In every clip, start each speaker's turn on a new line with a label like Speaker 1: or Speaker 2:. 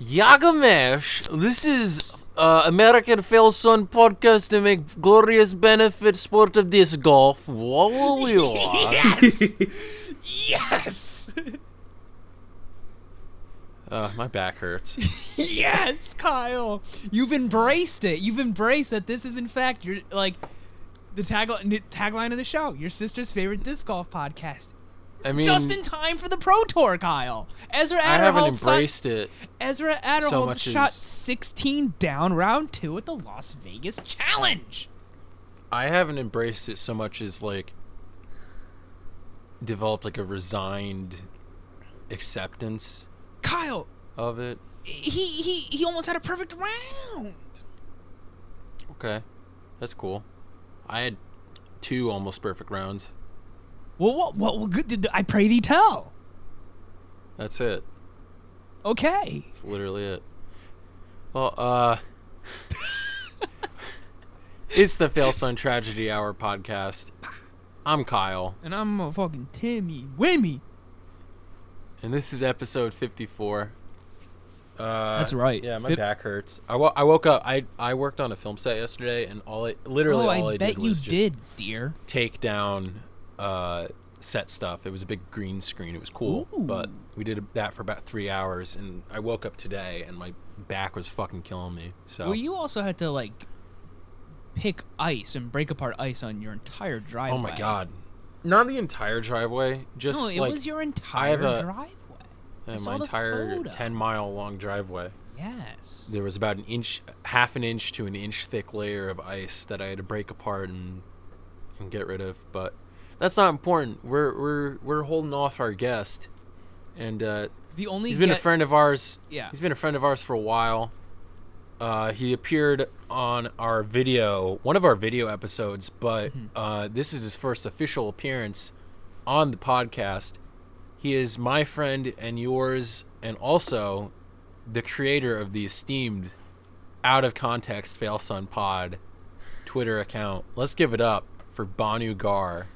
Speaker 1: Yagamesh, this is uh, American Failson podcast to make glorious benefit sport of this golf. Whoa, whoa, whoa.
Speaker 2: yes. yes.
Speaker 1: Uh, my back hurts.
Speaker 2: yes, Kyle. You've embraced it. You've embraced that this is in fact your like the tag tagline of the show. Your sister's favorite disc golf podcast.
Speaker 1: I mean,
Speaker 2: Just in time for the Pro Tour, Kyle. Ezra
Speaker 1: I haven't
Speaker 2: Adderholt son-
Speaker 1: embraced it.
Speaker 2: Ezra
Speaker 1: so
Speaker 2: Adderholt
Speaker 1: much
Speaker 2: shot
Speaker 1: as-
Speaker 2: 16 down round 2 at the Las Vegas Challenge.
Speaker 1: I haven't embraced it so much as like developed like a resigned acceptance
Speaker 2: Kyle,
Speaker 1: of it.
Speaker 2: he he he almost had a perfect round.
Speaker 1: Okay, that's cool. I had two almost perfect rounds.
Speaker 2: Well, what what, what good did I pray thee tell?
Speaker 1: That's it.
Speaker 2: Okay.
Speaker 1: That's literally it. Well, uh, it's the Fail Son Tragedy Hour podcast. I'm Kyle,
Speaker 2: And I'm a fucking Timmy Wimmy.
Speaker 1: and this is episode 54. Uh,
Speaker 2: That's right.
Speaker 1: Yeah, my
Speaker 2: Fif-
Speaker 1: back hurts. I, wo- I woke up. I I worked on a film set yesterday, and all I literally
Speaker 2: oh,
Speaker 1: all
Speaker 2: I,
Speaker 1: I,
Speaker 2: bet
Speaker 1: did
Speaker 2: you
Speaker 1: was just
Speaker 2: did, dear.
Speaker 1: take down uh, set stuff. It was a big green screen. It was cool, but
Speaker 2: Ooh.
Speaker 1: we did that for about three hours. And I woke up today, and my back was fucking killing me. So
Speaker 2: Well, you also had to like pick ice and break apart ice on your entire driveway.
Speaker 1: oh my god, not the entire driveway, just
Speaker 2: No, it
Speaker 1: like
Speaker 2: was your entire
Speaker 1: a-
Speaker 2: driveway.
Speaker 1: uh,
Speaker 2: I
Speaker 1: my
Speaker 2: saw the
Speaker 1: entire
Speaker 2: photo.
Speaker 1: ten mile long driveway.
Speaker 2: Yes.
Speaker 1: There was about an inch, half an inch to an inch thick layer of ice that I had to break apart and and get rid of. But that's not important. We're we're we're holding off our guest, and uh,
Speaker 2: The only
Speaker 1: he's been a
Speaker 2: get-
Speaker 1: friend of ours.
Speaker 2: Yeah.
Speaker 1: he's been a friend of ours for a while. Uh, he appeared on our video, one of our video episodes, but uh, this is his first official appearance on the podcast. He is my friend and yours, and also the creator of the esteemed out of context fail son pod Twitter account. Let's give it up for Banu Gar.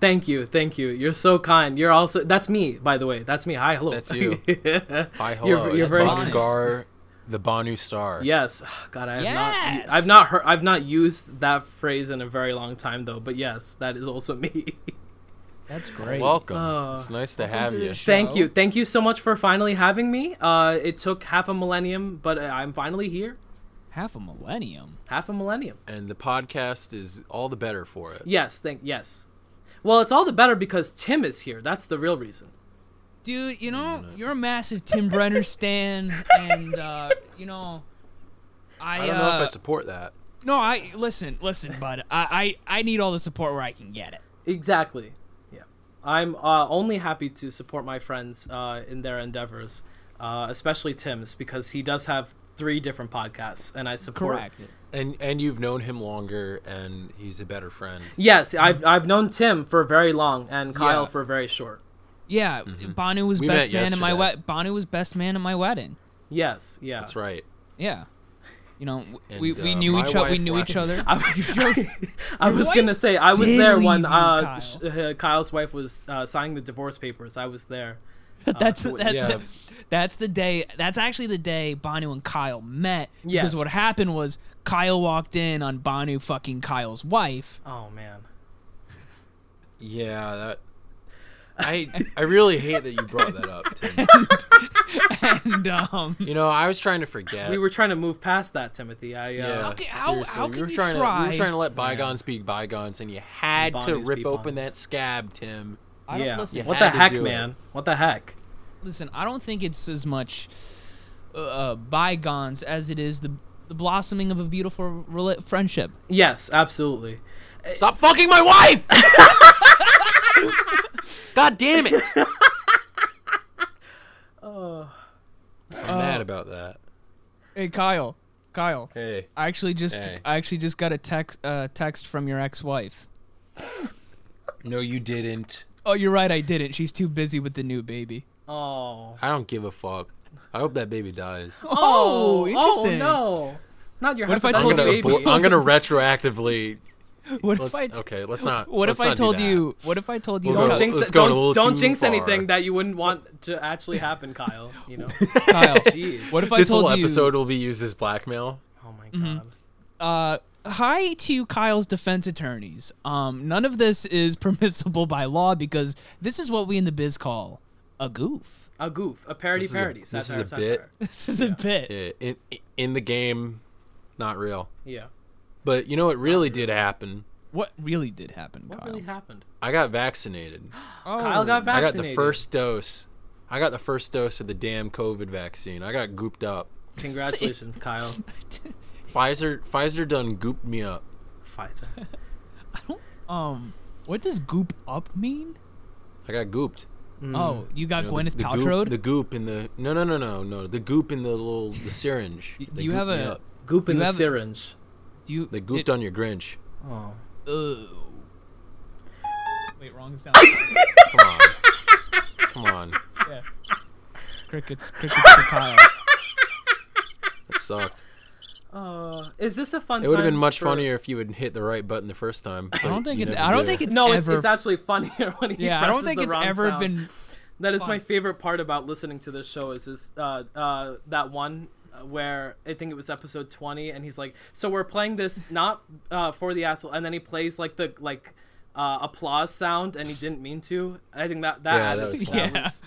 Speaker 3: Thank you, thank you. You're so kind. You're also that's me, by the way. That's me. Hi, hello.
Speaker 1: That's you. Hi,
Speaker 3: You're-
Speaker 1: hello.
Speaker 3: you're
Speaker 1: it's
Speaker 3: very
Speaker 1: Banu
Speaker 2: kind.
Speaker 1: Gar, the Banu star.
Speaker 3: yes. God, I have
Speaker 2: Yes!
Speaker 3: not. I've not heard. I've not used that phrase in a very long time, though. But yes, that is also me.
Speaker 2: That's great.
Speaker 1: Welcome.
Speaker 3: Oh.
Speaker 1: it's nice to
Speaker 2: Uh, Welcome
Speaker 1: have
Speaker 2: to the
Speaker 1: you.
Speaker 2: show.
Speaker 3: Thank you, thank you so much for finally having me. Uh, it took half a millennium, but uh, I'm finally here.
Speaker 2: Half a millennium.
Speaker 3: Half a millennium.
Speaker 1: and the podcast is all the better for it.
Speaker 3: Yes, thank yes. Well, it's all the better because Tim is here. That's the real reason.
Speaker 2: Dude, you know, you're a massive Tim Brenner stan, and, uh, you know, I,
Speaker 1: I don't know if
Speaker 2: uh,
Speaker 1: I support that.
Speaker 2: No, I, listen, listen, bud. I, I, I need all the support where I can get it.
Speaker 3: Exactly. Yeah. I'm uh, only happy to support my friends uh, in their endeavors, uh, especially Tim's, because he does have three different podcasts, and I support.
Speaker 2: Correct.
Speaker 1: And and you've known him longer, and he's a better friend.
Speaker 3: Yes, I've, I've known Tim for very long and Kyle
Speaker 2: Yeah.
Speaker 3: for very short.
Speaker 2: Yeah, Banu was
Speaker 1: Mm-hmm. We
Speaker 2: best
Speaker 1: met
Speaker 2: man at my
Speaker 1: yesterday.
Speaker 2: wed. Banu was best man at my wedding.
Speaker 3: Yes, yeah.
Speaker 1: That's right.
Speaker 2: Yeah, you know, w
Speaker 1: And,
Speaker 2: we, we
Speaker 1: uh,
Speaker 2: knew
Speaker 1: my
Speaker 2: each other. We
Speaker 1: wife
Speaker 2: knew
Speaker 1: left-
Speaker 2: each other.
Speaker 3: I
Speaker 2: Your
Speaker 3: was
Speaker 2: wife
Speaker 3: gonna say I was
Speaker 2: did
Speaker 3: there
Speaker 2: leave
Speaker 3: when
Speaker 2: you,
Speaker 3: uh, sh- uh, Kyle's wife was uh, signing the divorce papers. I was there. Uh,
Speaker 2: that's that's,
Speaker 1: yeah.
Speaker 2: the, that's the day. That's actually the day Banu and Kyle met.
Speaker 3: Yes.
Speaker 2: Because what happened was Kyle walked in on Banu fucking Kyle's wife.
Speaker 3: Oh man.
Speaker 1: Yeah, that. I I really hate that you brought that up. Tim.
Speaker 2: And um,
Speaker 1: You know, I was trying to forget.
Speaker 3: We were trying to move past that, Timothy. I uh,
Speaker 1: Yeah,
Speaker 2: How ca- how-
Speaker 1: seriously,
Speaker 2: how
Speaker 1: we
Speaker 2: can
Speaker 1: were
Speaker 2: you
Speaker 1: trying to we
Speaker 2: try-
Speaker 1: were trying to let bygones be bygones, and you had to
Speaker 3: Bonnies
Speaker 1: rip
Speaker 3: be
Speaker 1: open
Speaker 3: bonnies.
Speaker 1: that scab, Tim.
Speaker 2: I don't
Speaker 3: yeah.
Speaker 2: listen.
Speaker 3: What
Speaker 1: had
Speaker 3: the
Speaker 1: to
Speaker 3: heck,
Speaker 1: do it.
Speaker 3: man? What the heck?
Speaker 2: listen, I don't think it's as much uh, bygones as it is the the blossoming of a beautiful rela- friendship.
Speaker 3: Yes, absolutely.
Speaker 1: Stop fucking my wife! God damn it! I'm mad about that.
Speaker 2: Hey Kyle, Kyle,
Speaker 1: Hey,
Speaker 2: I actually just
Speaker 1: Hey.
Speaker 2: I actually just got a text uh, text from your ex-wife.
Speaker 1: no, you didn't.
Speaker 2: Oh, you're right, I didn't. She's too busy with the new baby.
Speaker 3: Oh.
Speaker 1: I don't give a fuck. I hope that baby dies.
Speaker 2: Oh, interesting.
Speaker 3: Oh no, not your
Speaker 2: What if I
Speaker 1: I'm
Speaker 2: told
Speaker 3: hypothetical
Speaker 1: gonna,
Speaker 2: you-
Speaker 3: baby.
Speaker 1: abor- I'm gonna retroactively
Speaker 2: What
Speaker 1: Let's,
Speaker 2: if I t-
Speaker 1: okay, let's not.
Speaker 2: What
Speaker 1: let's
Speaker 2: if I
Speaker 1: not do
Speaker 2: told
Speaker 1: that.
Speaker 2: you? What if I told you?
Speaker 1: We'll
Speaker 3: Don't
Speaker 1: go-
Speaker 3: jinx,
Speaker 1: let's
Speaker 3: it.
Speaker 1: go a
Speaker 3: don't,
Speaker 1: little
Speaker 3: don't
Speaker 1: too
Speaker 3: jinx
Speaker 1: far.
Speaker 3: anything that you wouldn't want to actually happen, Kyle. You know,
Speaker 2: Kyle,
Speaker 3: jeez.
Speaker 2: what if I
Speaker 1: This
Speaker 2: told
Speaker 1: whole
Speaker 2: you?
Speaker 1: episode will be used as blackmail.
Speaker 3: Oh my god.
Speaker 2: uh, hi to Kyle's defense attorneys. Um, none of this is permissible by law because this is what we in the biz call a goof.
Speaker 3: A goof, a parody,
Speaker 1: This is a-
Speaker 3: parody,
Speaker 1: this
Speaker 3: satire,
Speaker 1: is a
Speaker 3: satire.
Speaker 2: This is a bit.
Speaker 1: Yeah, eh, in in the game, not real.
Speaker 3: Yeah.
Speaker 1: But you know what really did happen?
Speaker 2: What really did happen,
Speaker 3: What
Speaker 2: Kyle?
Speaker 3: really happened?
Speaker 1: I got vaccinated.
Speaker 2: oh,
Speaker 3: Kyle got
Speaker 1: I got
Speaker 3: vaccinated.
Speaker 1: the first dose. I got the first dose of the damn COVID vaccine. I got gooped up.
Speaker 3: Congratulations, Kyle.
Speaker 1: Pfizer Pfizer done gooped me up.
Speaker 3: Pfizer.
Speaker 2: um, what does goop up mean?
Speaker 1: I got gooped.
Speaker 2: Oh, you got
Speaker 1: Hmm. You know, the-
Speaker 2: Gwyneth
Speaker 1: the,
Speaker 2: Paltrow.
Speaker 1: Goop, the goop in the no no no no no the goop in the little the syringe.
Speaker 2: Do
Speaker 1: They
Speaker 2: you have
Speaker 1: gooped me
Speaker 2: a-
Speaker 1: up.
Speaker 3: Goop in
Speaker 2: You
Speaker 3: the
Speaker 2: have-
Speaker 3: syringe.
Speaker 2: Do you?
Speaker 1: They
Speaker 2: did-
Speaker 1: gooped on your Grinch.
Speaker 3: Oh.
Speaker 2: Oh. Wait, wrong sound.
Speaker 1: Come on, come on,
Speaker 2: yeah. Crickets, crickets for Kyle.
Speaker 1: that sucked.
Speaker 3: Uh, is this a fun?
Speaker 1: It would have
Speaker 3: time
Speaker 1: been much
Speaker 3: for-
Speaker 1: funnier if you had hit the right button the first time.
Speaker 2: I don't think it's.
Speaker 1: never
Speaker 2: I don't
Speaker 1: do.
Speaker 2: think it's
Speaker 3: No, it's,
Speaker 2: ever.
Speaker 3: it's actually funnier when he
Speaker 2: yeah, I don't
Speaker 3: presses
Speaker 2: think
Speaker 3: the
Speaker 2: it's
Speaker 3: wrong
Speaker 2: ever
Speaker 3: sound.
Speaker 2: been.
Speaker 3: That is my
Speaker 2: fun.
Speaker 3: favorite part about listening to this show. Is this uh, uh, that one uh, where I think it was episode twenty, and he's like, "So we're playing this not uh, for the asshole," and then he plays like the like uh, applause sound, and he didn't mean to. I think that that,
Speaker 1: Yeah, that
Speaker 3: added-
Speaker 1: was
Speaker 2: funny.
Speaker 3: that was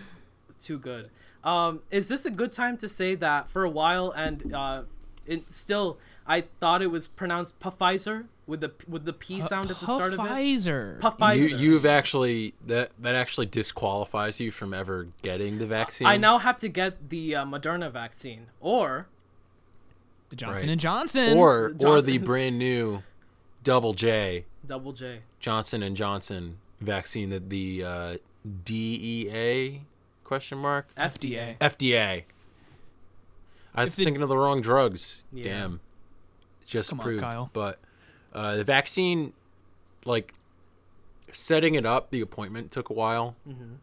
Speaker 3: too good. Um, is this a good time to say that for a while and uh, it still I thought it was pronounced Pfizer with the with the
Speaker 2: uh,
Speaker 3: P sound at the start of it.
Speaker 2: Pfizer.
Speaker 1: You,
Speaker 3: Pfizer.
Speaker 1: you've actually that that actually disqualifies you from ever getting the vaccine.
Speaker 3: I now have to get the uh, Moderna vaccine or
Speaker 2: The Johnson
Speaker 1: Right.
Speaker 2: and Johnson.
Speaker 1: or or the
Speaker 3: Johnson's.
Speaker 1: brand new double J
Speaker 3: Double J.
Speaker 1: Johnson and Johnson vaccine that the uh, DEA question mark
Speaker 3: FDA.
Speaker 1: FDA. I was
Speaker 2: the-
Speaker 1: thinking of the wrong drugs.
Speaker 3: Yeah.
Speaker 1: Damn, just
Speaker 2: Come on,
Speaker 1: proved.
Speaker 2: Kyle.
Speaker 1: But uh, the vaccine, like setting it up, the appointment took a while
Speaker 2: Mm-hmm.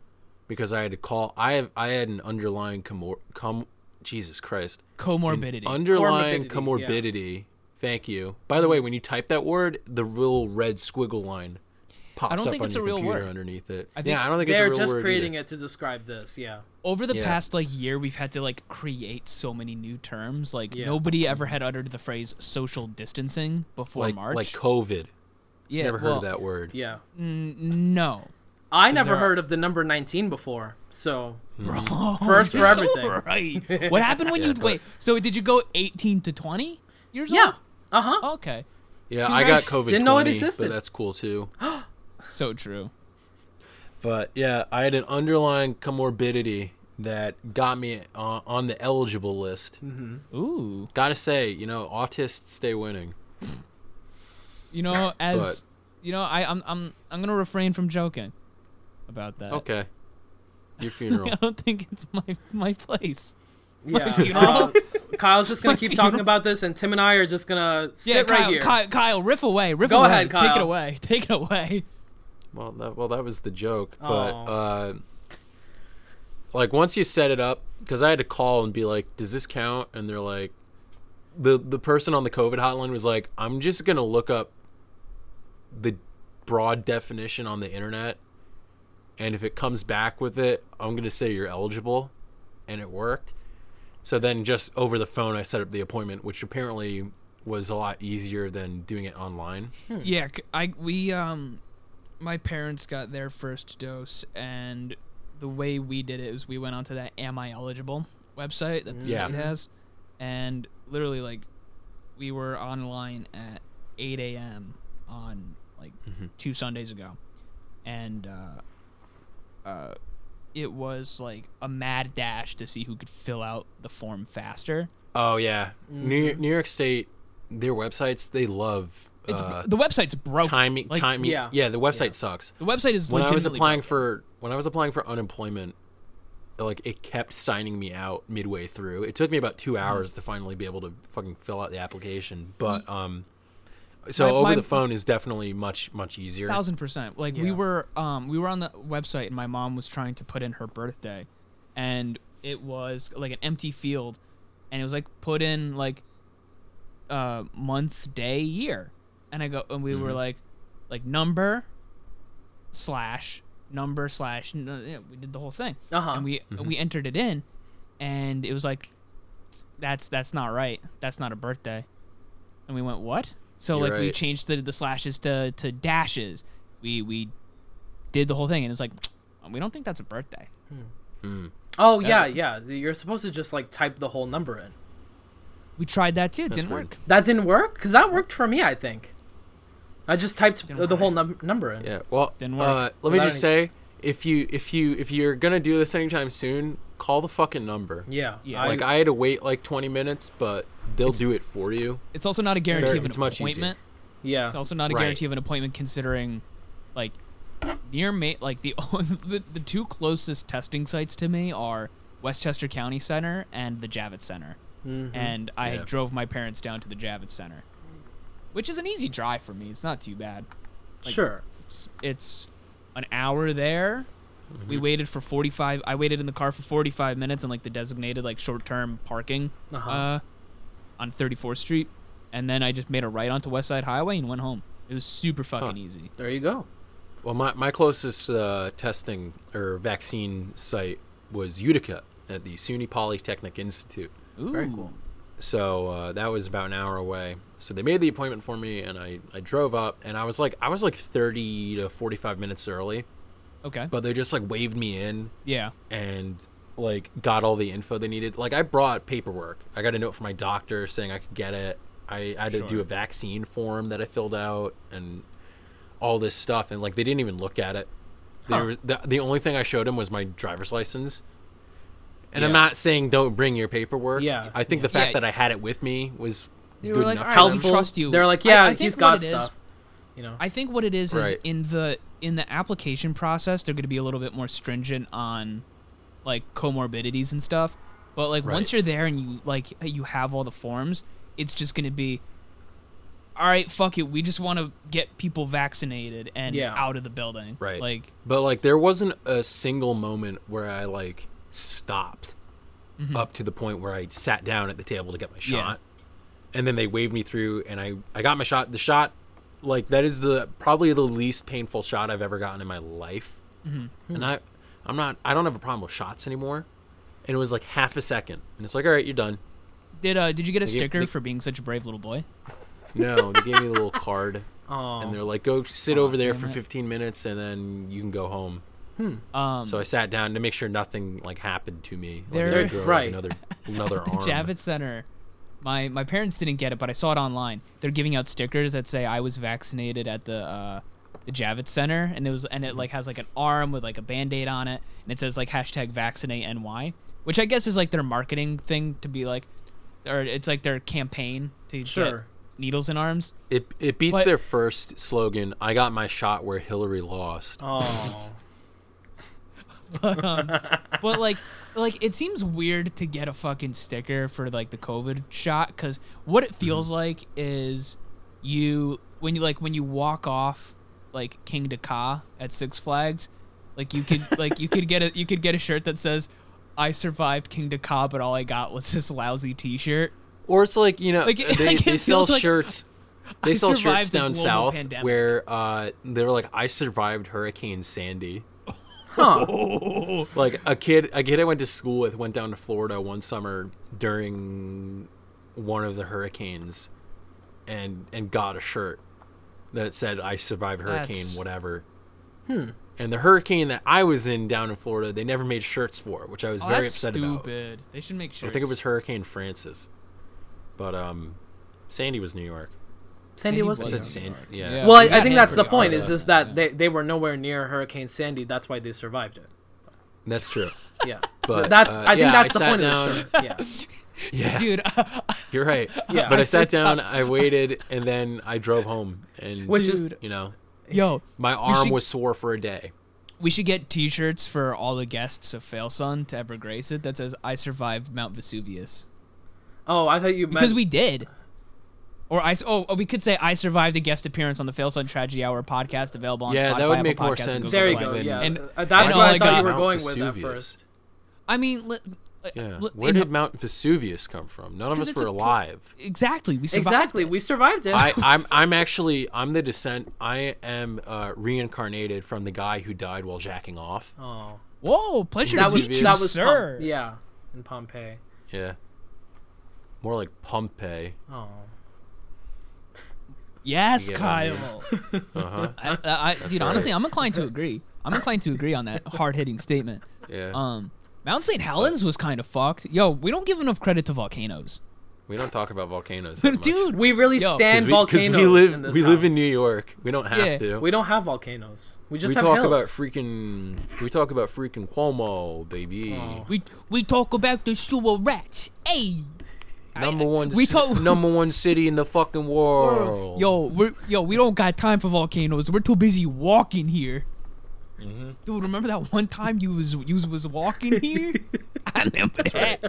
Speaker 1: because I had to call. I have I had an underlying comor- com Jesus Christ an
Speaker 2: comorbidity.
Speaker 1: underlying
Speaker 3: Comorbidity, yeah.
Speaker 1: comorbidity. Thank you. By the way, when you type that word, the real red squiggle line pops
Speaker 2: don't
Speaker 1: up
Speaker 2: think
Speaker 1: on
Speaker 2: it's
Speaker 1: your
Speaker 2: a real
Speaker 1: computer
Speaker 2: word.
Speaker 1: underneath it.
Speaker 2: I think
Speaker 1: yeah, I don't think it's a
Speaker 3: They're
Speaker 1: real
Speaker 3: just
Speaker 1: word
Speaker 3: creating
Speaker 1: either.
Speaker 3: it to describe this. Yeah.
Speaker 2: Over the
Speaker 1: Yeah.
Speaker 2: past like year, we've had to like create so many new terms. Like
Speaker 3: Yeah.
Speaker 2: nobody ever had uttered the phrase social distancing before
Speaker 1: Like
Speaker 2: March.
Speaker 1: like COVID.
Speaker 2: yeah,
Speaker 1: Never
Speaker 2: well,
Speaker 1: heard of that word.
Speaker 3: Yeah.
Speaker 2: n- no,
Speaker 3: I never
Speaker 2: there a- Hmm.
Speaker 3: heard of the number 19 before. So,
Speaker 2: bro.
Speaker 3: First
Speaker 2: you're
Speaker 3: for
Speaker 2: so right. What happened when
Speaker 1: Hmm. Yeah,
Speaker 2: you
Speaker 1: but-
Speaker 2: wait? So did you go 18 to 20 years
Speaker 3: yeah.
Speaker 2: old?
Speaker 3: Uh huh.
Speaker 2: Okay.
Speaker 1: Yeah, I got COVID.
Speaker 3: Congrats. Didn't know it
Speaker 1: 20,
Speaker 3: existed.
Speaker 1: But that's cool too.
Speaker 2: So true.
Speaker 1: But yeah, I had an underlying comorbidity that got me uh, on the eligible list.
Speaker 2: Mm-hmm. Ooh.
Speaker 1: Gotta say, you know, autists stay winning.
Speaker 2: You know,
Speaker 1: But-
Speaker 2: as you know, I, I'm I'm I'm gonna refrain from joking about that.
Speaker 1: Okay, your funeral.
Speaker 2: I don't think it's my my place.
Speaker 3: Yeah.
Speaker 2: funeral.
Speaker 3: Uh, Kyle's just going
Speaker 2: My
Speaker 3: to keep
Speaker 2: funeral.
Speaker 3: talking about this, and Tim and I are just going to sit
Speaker 2: yeah, Kyle,
Speaker 3: right here.
Speaker 2: Kyle, Kyle, riff away, riff
Speaker 3: Go
Speaker 2: away.
Speaker 3: ahead,
Speaker 2: Take it
Speaker 3: Kyle.
Speaker 2: away, take it away.
Speaker 1: Well, that, well, that was the joke.
Speaker 3: Oh.
Speaker 1: But uh, like once you set it up, because I had to call and be like, "Does this count?" And they're like, the the person on the COVID hotline was like, "I'm just gonna look up the broad definition on the internet, and if it comes back with it, I'm gonna say you're eligible," and it worked. So then, just over the phone, I set up the appointment, which apparently was a lot easier than doing it online.
Speaker 2: Yeah, c- I we um, my parents got their first dose, and the way we did it is we went onto that "Am I eligible?" website that the
Speaker 1: Yeah.
Speaker 2: state has, and literally like we were online at 8 a.m. on like
Speaker 1: Mm-hmm.
Speaker 2: two Sundays ago, and uh, uh, it was like a mad dash to see who could fill out the form faster.
Speaker 1: Oh yeah,
Speaker 2: Mm-hmm.
Speaker 1: New, New York State, their websites they love
Speaker 2: It's
Speaker 1: uh,
Speaker 2: the website's broken.
Speaker 1: timing.
Speaker 2: like-
Speaker 1: timing, yeah,
Speaker 3: Yeah.
Speaker 1: The website
Speaker 3: Yeah.
Speaker 1: sucks.
Speaker 2: The website is
Speaker 1: When I was
Speaker 2: legitimately
Speaker 1: applying
Speaker 2: broken.
Speaker 1: for when I was applying for unemployment, like it kept signing me out midway through. It took me about
Speaker 2: Mm-hmm.
Speaker 1: two hours to finally be able to fucking fill out the application. But um, so
Speaker 2: My-
Speaker 1: over
Speaker 2: my-
Speaker 1: the phone is definitely much much easier.
Speaker 2: thousand percent. Like we
Speaker 3: Yeah.
Speaker 2: were, um, we were on the website, and my mom was trying to put in her birthday, and it was like an empty field, and it was like put
Speaker 3: Mm-hmm.
Speaker 2: in like, uh, month, day, year, and I go, and we were like, like number slash number slash. n- yeah, We did the whole thing,
Speaker 3: Uh-huh.
Speaker 2: and we we entered it in, and it was like, that's that's not right. That's not a birthday. And we went what? So
Speaker 1: You're
Speaker 2: like we
Speaker 1: right.
Speaker 2: changed the the slashes to to dashes. We we did the whole thing, and it's like, we don't think that's a birthday.
Speaker 3: Oh yeah, yeah. You're supposed to just like type the whole number in.
Speaker 2: We tried that too. It
Speaker 1: That's
Speaker 2: didn't
Speaker 1: weird.
Speaker 2: work.
Speaker 3: That didn't work because that worked for me. I think. I just typed
Speaker 2: Didn't
Speaker 3: the whole num- number in.
Speaker 1: Yeah. Well,
Speaker 2: Didn't work.
Speaker 1: uh, let me
Speaker 3: Without
Speaker 1: just say, if you if you if you're gonna do this anytime soon, call the fucking number.
Speaker 3: Yeah.
Speaker 2: Yeah.
Speaker 3: I,
Speaker 1: Like I had to wait like 20 minutes, but they'll do it for you.
Speaker 2: It's also not a guarantee
Speaker 1: very-
Speaker 2: of an
Speaker 1: it's much easier.
Speaker 2: appointment.
Speaker 3: yeah.
Speaker 2: It's also not a
Speaker 1: Right.
Speaker 2: guarantee of an appointment considering, like, near me, like the, the the two closest testing sites to me are Westchester County Center and the Javits Center, and I
Speaker 1: Yeah.
Speaker 2: drove my parents down to the Javits Center, which is an easy drive for me. It's not too bad. like-
Speaker 3: sure.
Speaker 2: It's, it's an hour there.
Speaker 1: Mm-hmm.
Speaker 2: We waited for 45. I waited in the car for 45 minutes in like the designated like short-term parking
Speaker 3: Uh-huh.
Speaker 2: uh, on 34th Street, and then I just made a right onto West Side Highway and went home. It was super fucking
Speaker 1: Huh.
Speaker 2: easy.
Speaker 3: There you go.
Speaker 1: Well, my my closest uh, testing or vaccine site was Utica at the SUNY Polytechnic Institute.
Speaker 2: Ooh.
Speaker 3: Very cool.
Speaker 1: So uh, that was about an hour away. So they made the appointment for me, and I, I drove up, and I was like I was like 30 to 45 minutes early,
Speaker 2: Okay.
Speaker 1: but they just like waved me in
Speaker 2: yeah.
Speaker 1: and like got all the info they needed. Like I brought paperwork. I got a note from my doctor saying I could get it. I, I had to
Speaker 2: Sure.
Speaker 1: do a vaccine form that I filled out and all this stuff. And like they didn't even look at it. They
Speaker 3: Huh.
Speaker 1: were, the, the only thing I showed them was my driver's license. And I'm
Speaker 2: Yeah.
Speaker 1: not saying don't bring your paperwork.
Speaker 3: Yeah.
Speaker 1: I think the fact
Speaker 2: Yeah.
Speaker 1: that I had it with me was
Speaker 2: They
Speaker 1: good
Speaker 2: were like,
Speaker 1: enough.
Speaker 2: "All
Speaker 1: for them.
Speaker 2: right, we
Speaker 3: Helpful.
Speaker 2: trust you."
Speaker 3: They're like,
Speaker 2: I-
Speaker 3: yeah,
Speaker 2: I think
Speaker 3: he's
Speaker 2: what
Speaker 3: got
Speaker 2: it is-
Speaker 3: stuff. You know.
Speaker 2: I think what it is is
Speaker 1: Right.
Speaker 2: in the in the application process, they're going to be a little bit more stringent on like comorbidities and stuff. But like once
Speaker 1: Right.
Speaker 2: you're there and you like you have all the forms, it's just going to be all right, fuck it. We just want to get people vaccinated and
Speaker 3: Yeah.
Speaker 2: out of the building.
Speaker 1: Right.
Speaker 2: Like
Speaker 1: But like there wasn't a single moment where I like stopped up to the point where I sat down at the table to get my
Speaker 2: Mm-hmm. Yeah.
Speaker 1: shot. And then they waved me through and I I got my shot. The shot like that is the probably the least painful shot I've ever gotten in my life.
Speaker 2: Mm-hmm.
Speaker 1: And I I'm not I don't have a problem with shots anymore. And it was like half a second. And it's like, "All right, you're done."
Speaker 2: did uh did you get a
Speaker 1: They get-
Speaker 2: sticker
Speaker 1: they-
Speaker 2: for being such a brave little boy?
Speaker 1: No, they gave me a little card.
Speaker 3: Aw.
Speaker 1: And they're like, "Go sit
Speaker 2: Aw,
Speaker 1: over there
Speaker 2: damn
Speaker 1: for
Speaker 2: it.
Speaker 1: 15 minutes and then you can go home."
Speaker 2: Um
Speaker 1: So I sat down to make sure nothing like happened to me. Like,
Speaker 2: There-
Speaker 1: I didn't grow, like,
Speaker 3: Right.
Speaker 1: another another
Speaker 2: the
Speaker 1: arm.
Speaker 2: Javits Center. My my parents didn't get it, but I saw it online. They're giving out stickers that say I was vaccinated at the uh, the Javits Center, and it was and it like has like an arm with like a band aid on it, and it says like hashtag vaccinate NY, which I guess is like their marketing thing to be like, or it's like their campaign to get
Speaker 3: Sure.
Speaker 2: needles in arms.
Speaker 1: It it beats
Speaker 2: But-
Speaker 1: their first slogan. I got my shot where Hillary lost.
Speaker 3: Oh.
Speaker 2: Um, but like like it seems weird to get a fucking sticker for like the covid shot because what
Speaker 1: Mm-hmm.
Speaker 2: it feels like is you when you like when you walk off like king to ka at six flags like you could like you could get a you could get a shirt that says i survived king to ka but all i got was this lousy t-shirt
Speaker 1: Or it's like you know
Speaker 2: Like, it-
Speaker 1: they,
Speaker 2: like, it
Speaker 1: they sell
Speaker 2: feels like
Speaker 1: shirts. They
Speaker 2: I
Speaker 1: sell
Speaker 2: survived
Speaker 1: shirts
Speaker 2: the
Speaker 1: down
Speaker 2: global
Speaker 1: south
Speaker 2: pandemic.
Speaker 1: where uh, they were like, "I survived Hurricane Sandy."
Speaker 3: Huh.
Speaker 1: Like a kid, a kid I went to school with went down to Florida one summer during one of the hurricanes, and and got a shirt that said "I survived hurricane
Speaker 2: That's-
Speaker 1: whatever." Hmm. And the hurricane that I was in down in Florida, they never made shirts for, which I was
Speaker 2: oh,
Speaker 1: very
Speaker 2: that's
Speaker 1: upset about.
Speaker 2: stupid they should make sure
Speaker 1: I think it was Hurricane Francis, but um, Sandy was New York.
Speaker 3: Sandy was.
Speaker 1: I
Speaker 2: was
Speaker 1: said
Speaker 2: New
Speaker 1: Sandy.
Speaker 2: York.
Speaker 1: Yeah.
Speaker 2: Yeah.
Speaker 1: Well,
Speaker 3: Well, I,
Speaker 2: Yeah,
Speaker 3: I think
Speaker 2: they
Speaker 3: that's the
Speaker 2: pretty
Speaker 3: point.
Speaker 2: hard
Speaker 3: Is
Speaker 2: to-
Speaker 3: just that they, they were nowhere near Hurricane Sandy. That's why they survived it.
Speaker 1: that's true.
Speaker 3: Yeah.
Speaker 1: But
Speaker 3: that's.
Speaker 1: uh,
Speaker 3: I think
Speaker 1: yeah,
Speaker 3: that's the
Speaker 1: sat
Speaker 3: point
Speaker 1: down-
Speaker 3: of the shirt. Yeah.
Speaker 1: Yeah.
Speaker 2: dude
Speaker 1: You're right.
Speaker 3: Yeah.
Speaker 1: But I
Speaker 3: I
Speaker 1: sat down, I waited, and then I drove home. And
Speaker 3: Which is-
Speaker 1: you know,
Speaker 2: yo
Speaker 1: my arm
Speaker 2: should-
Speaker 1: was sore for a day.
Speaker 2: We should get T-shirts for all the guests of Failsun to ever grace it that says "I survived Mount Vesuvius"
Speaker 3: Oh, I thought you meant
Speaker 2: because we did. Or I s- oh, oh, we could say I survived a guest appearance on the Failsun Tragedy Hour podcast available on
Speaker 1: Yeah,
Speaker 2: Spotify,
Speaker 1: that would
Speaker 2: Apple
Speaker 1: make more
Speaker 2: Podcasts, and
Speaker 1: sense
Speaker 2: Google
Speaker 3: There you
Speaker 2: Play.
Speaker 3: go.
Speaker 1: Glenn.
Speaker 3: Yeah,
Speaker 2: And
Speaker 3: Uh, that's
Speaker 2: and
Speaker 3: what
Speaker 2: all
Speaker 3: I
Speaker 2: I
Speaker 3: thought you
Speaker 2: got-
Speaker 3: were
Speaker 1: Mount
Speaker 3: going with at
Speaker 1: Vesuvius.
Speaker 3: first.
Speaker 2: I mean, li- Like,
Speaker 1: Yeah.
Speaker 2: l-
Speaker 1: Where
Speaker 2: in-
Speaker 1: did Mount Vesuvius come from? None of
Speaker 2: 'Cause
Speaker 1: us
Speaker 2: it's
Speaker 1: were
Speaker 2: a pl-
Speaker 1: alive.
Speaker 2: exactly we survived
Speaker 3: Exactly,
Speaker 2: it.
Speaker 3: we survived it.
Speaker 1: I, I'm I'm actually I'm the descent. I am uh, reincarnated from the guy who died while jacking off.
Speaker 3: oh,
Speaker 2: Whoa, pleasure
Speaker 3: that
Speaker 2: to
Speaker 3: was
Speaker 2: meet you,
Speaker 3: that was Pom-
Speaker 2: sir.
Speaker 3: yeah, in Pompeii.
Speaker 1: Yeah. More like Pompeii.
Speaker 3: Oh,
Speaker 2: Yes,
Speaker 1: You get what I mean.
Speaker 2: Kyle.
Speaker 1: Uh huh.
Speaker 2: I, I, I, dude,
Speaker 1: right.
Speaker 2: honestly, I'm inclined to agree. I'm inclined to agree on that hard-hitting statement.
Speaker 1: Yeah.
Speaker 2: Um, Mount St. Helens was kind of fucked. Yo, we don't give enough credit to volcanoes,
Speaker 1: we don't talk about volcanoes. That much.
Speaker 2: dude.
Speaker 3: we really
Speaker 2: Yo, 'cause
Speaker 3: stand
Speaker 1: because
Speaker 3: volcanoes
Speaker 1: we live
Speaker 3: in this
Speaker 1: we live in
Speaker 3: house.
Speaker 1: New York. We don't have
Speaker 2: Yeah.
Speaker 1: to.
Speaker 3: We don't have volcanoes. We just
Speaker 1: we
Speaker 3: have
Speaker 1: talk
Speaker 3: hills.
Speaker 1: about freaking we talk about freaking Cuomo, baby.
Speaker 3: Oh.
Speaker 2: we we talk about the sewer rats. Hey,
Speaker 1: Number
Speaker 2: I-
Speaker 1: one
Speaker 2: we
Speaker 1: ci-
Speaker 2: talk-
Speaker 1: number one city in the fucking world.
Speaker 2: yo, we're yo, we don't got time for volcanoes. We're too busy walking here. Dude, remember that one time you was you was walking here? I remember that.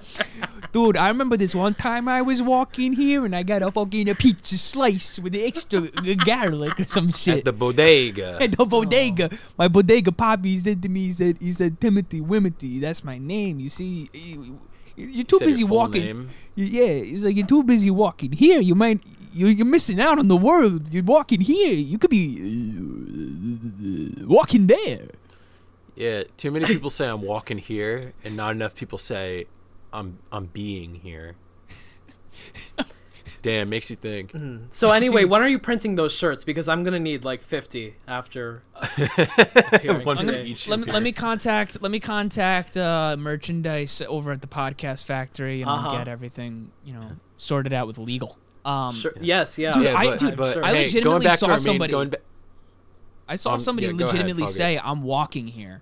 Speaker 2: Dude, I remember this one time I was walking here and I got a fucking a pizza slice with the extra g- garlic or some shit.
Speaker 1: At the bodega.
Speaker 2: At the bodega, my bodega poppy he said to me, he said, he said, Timothy Wimothy, that's my name. You see, you- you're too
Speaker 1: said your
Speaker 2: busy
Speaker 1: full
Speaker 2: walking.
Speaker 1: name.
Speaker 2: Y- Yeah, he's like, you're too busy walking here. You might, you're, you're missing out on the world. You're walking here. You could be uh, walking there.
Speaker 1: Yeah, too many people say I'm walking here, and not enough people say I'm I'm being here. Damn, makes you think.
Speaker 3: So anyway, when are you printing those shirts? Because I'm gonna need like 50 after. appearing
Speaker 1: One
Speaker 3: today.
Speaker 1: for each.
Speaker 2: Let me, let me contact let me contact uh, merchandise over at the podcast factory and
Speaker 3: Uh-huh.
Speaker 2: we'll get everything you know sorted out with legal. Um,
Speaker 3: Sure. Yes. Yeah.
Speaker 1: Mm,
Speaker 2: Dude,
Speaker 1: Yeah,
Speaker 2: I-
Speaker 1: but,
Speaker 2: dude,
Speaker 1: but
Speaker 3: sure.
Speaker 2: I
Speaker 1: hey, going
Speaker 2: legitimately
Speaker 1: back
Speaker 2: saw
Speaker 1: to our main-
Speaker 2: somebody-
Speaker 1: going ba-
Speaker 2: I saw
Speaker 1: Um,
Speaker 2: somebody
Speaker 1: yeah, go ahead,
Speaker 2: legitimately
Speaker 1: Target.
Speaker 2: say, "I'm walking here,"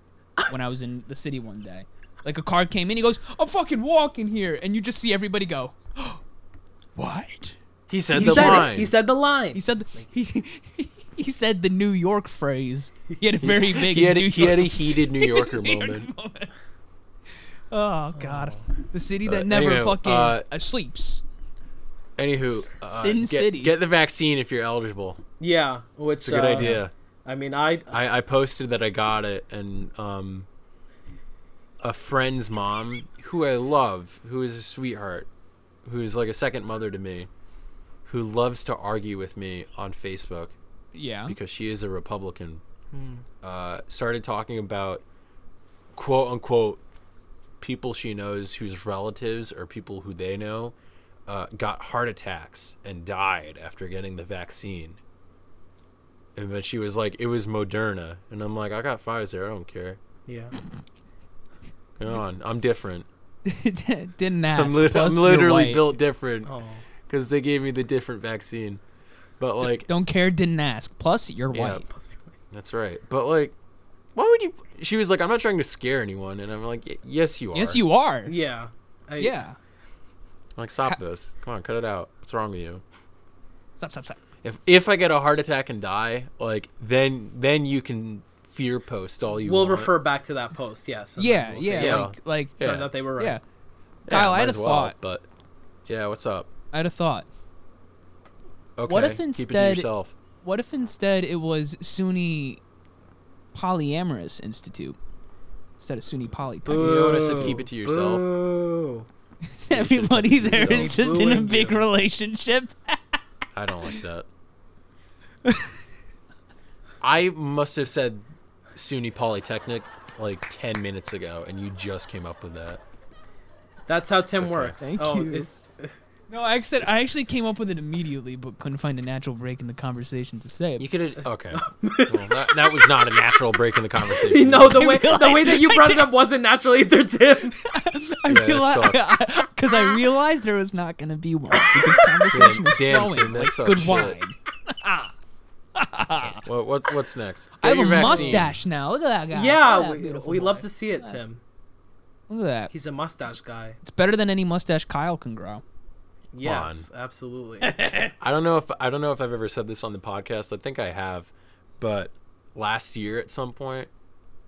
Speaker 2: when I was in the city one day. Like a car came in, he goes, "I'm fucking walking here," and you just see everybody go, "What?"
Speaker 1: he said
Speaker 3: he
Speaker 1: the
Speaker 3: said
Speaker 1: line.
Speaker 3: it. He said the line.
Speaker 2: He said the, he he said the New York phrase. He had a very big
Speaker 1: he had a,
Speaker 2: New
Speaker 1: he had a
Speaker 2: York-
Speaker 1: heated New Yorker
Speaker 2: New York
Speaker 1: moment.
Speaker 2: moment. Oh God, the city that
Speaker 1: Uh,
Speaker 2: never
Speaker 1: anyway,
Speaker 2: fucking
Speaker 1: uh,
Speaker 2: uh, sleeps.
Speaker 1: Anywho, uh,
Speaker 2: Sin
Speaker 1: get,
Speaker 2: City.
Speaker 1: get the vaccine if you're eligible.
Speaker 3: yeah. Which uh,
Speaker 1: It's a good idea.
Speaker 3: I mean, I.
Speaker 1: I, I posted that I got it, and um, a friend's mom, who I love, who is a sweetheart, who is like a second mother to me, who loves to argue with me on Facebook
Speaker 2: Yeah.
Speaker 1: because she is a Republican,
Speaker 2: Hmm.
Speaker 1: uh, started talking about quote unquote people she knows whose relatives or people who they know uh, got heart attacks and died after getting the vaccine. And then she was like, it was Moderna. And I'm like, I got Pfizer. I don't care.
Speaker 3: yeah.
Speaker 1: Come on. I'm different.
Speaker 2: Didn't
Speaker 1: I'm,
Speaker 2: ask.
Speaker 1: lit- I'm
Speaker 2: Plus you're
Speaker 1: literally
Speaker 2: white.
Speaker 1: built different
Speaker 3: Oh.
Speaker 1: because they gave me the different vaccine. But like,
Speaker 2: Don't care. Didn't ask. Plus you're
Speaker 1: Yeah.
Speaker 2: white.
Speaker 1: That's right. But like, why would you? She was like, "I'm not trying to scare anyone," and I'm like, "Y- "Yes, you are."
Speaker 2: Yes, you are.
Speaker 3: Yeah. I,
Speaker 2: Yeah.
Speaker 1: I'm like, stop this. Come on, cut it out. What's wrong with you?
Speaker 2: Stop, stop, stop.
Speaker 1: If if I get a heart attack and die, like then then you can fear post all you.
Speaker 3: We'll
Speaker 1: want.
Speaker 3: refer back to that post. Yes. and then
Speaker 2: Yeah,
Speaker 3: we'll say,
Speaker 2: yeah,
Speaker 1: Yeah.
Speaker 2: Like, like
Speaker 1: Yeah.
Speaker 2: yeah.
Speaker 3: Turns out they were right.
Speaker 2: Kyle, I
Speaker 1: might
Speaker 2: had a
Speaker 1: as well,
Speaker 2: thought.
Speaker 1: but yeah, what's up?
Speaker 2: I had a thought.
Speaker 1: Okay,
Speaker 2: if
Speaker 1: keep it to
Speaker 2: instead-
Speaker 1: yourself?
Speaker 2: What if instead it was SUNY Polyamorous Institute instead of SUNY Polytech?
Speaker 1: you know what I said, keep it to
Speaker 3: Boo.
Speaker 1: yourself.
Speaker 3: Boo.
Speaker 2: Everybody there is
Speaker 3: Don't
Speaker 2: just in a
Speaker 3: booing
Speaker 2: big
Speaker 3: you.
Speaker 2: relationship.
Speaker 1: I don't like that. I must have said SUNY Polytechnic like ten minutes ago, and you just came up with that.
Speaker 3: That's how Tim works.
Speaker 2: Thank
Speaker 3: oh,
Speaker 2: you.
Speaker 3: Is,
Speaker 2: no, I actually, I actually came up with it immediately, but couldn't find a natural break in the conversation to say it.
Speaker 1: You could have. Okay. Well, that, that was not a natural break in the conversation.
Speaker 3: you know the
Speaker 2: I
Speaker 3: way the way
Speaker 2: realized
Speaker 3: that you
Speaker 2: I
Speaker 3: brought it
Speaker 2: did-
Speaker 3: up wasn't natural either, Tim.
Speaker 2: I
Speaker 1: that
Speaker 2: realized because I realized there was not gonna be one because conversation was
Speaker 1: damn,
Speaker 2: flowing
Speaker 1: Tim, that
Speaker 2: like
Speaker 1: sucks
Speaker 2: good
Speaker 1: shit.
Speaker 2: wine.
Speaker 1: What, what, what's next?
Speaker 2: I
Speaker 1: Get
Speaker 2: have a
Speaker 1: your vaccine.
Speaker 2: mustache now. Look at that guy. Look at
Speaker 3: yeah,
Speaker 2: that
Speaker 3: we,
Speaker 2: beautiful
Speaker 3: we love
Speaker 2: boy.
Speaker 3: to see it, Tim.
Speaker 2: Look at that.
Speaker 3: He's a mustache guy.
Speaker 2: It's better than any mustache Kyle can grow.
Speaker 3: Yes, absolutely.
Speaker 1: I don't know if I don't know if I've ever said this on the podcast. I think I have, but last year at some point,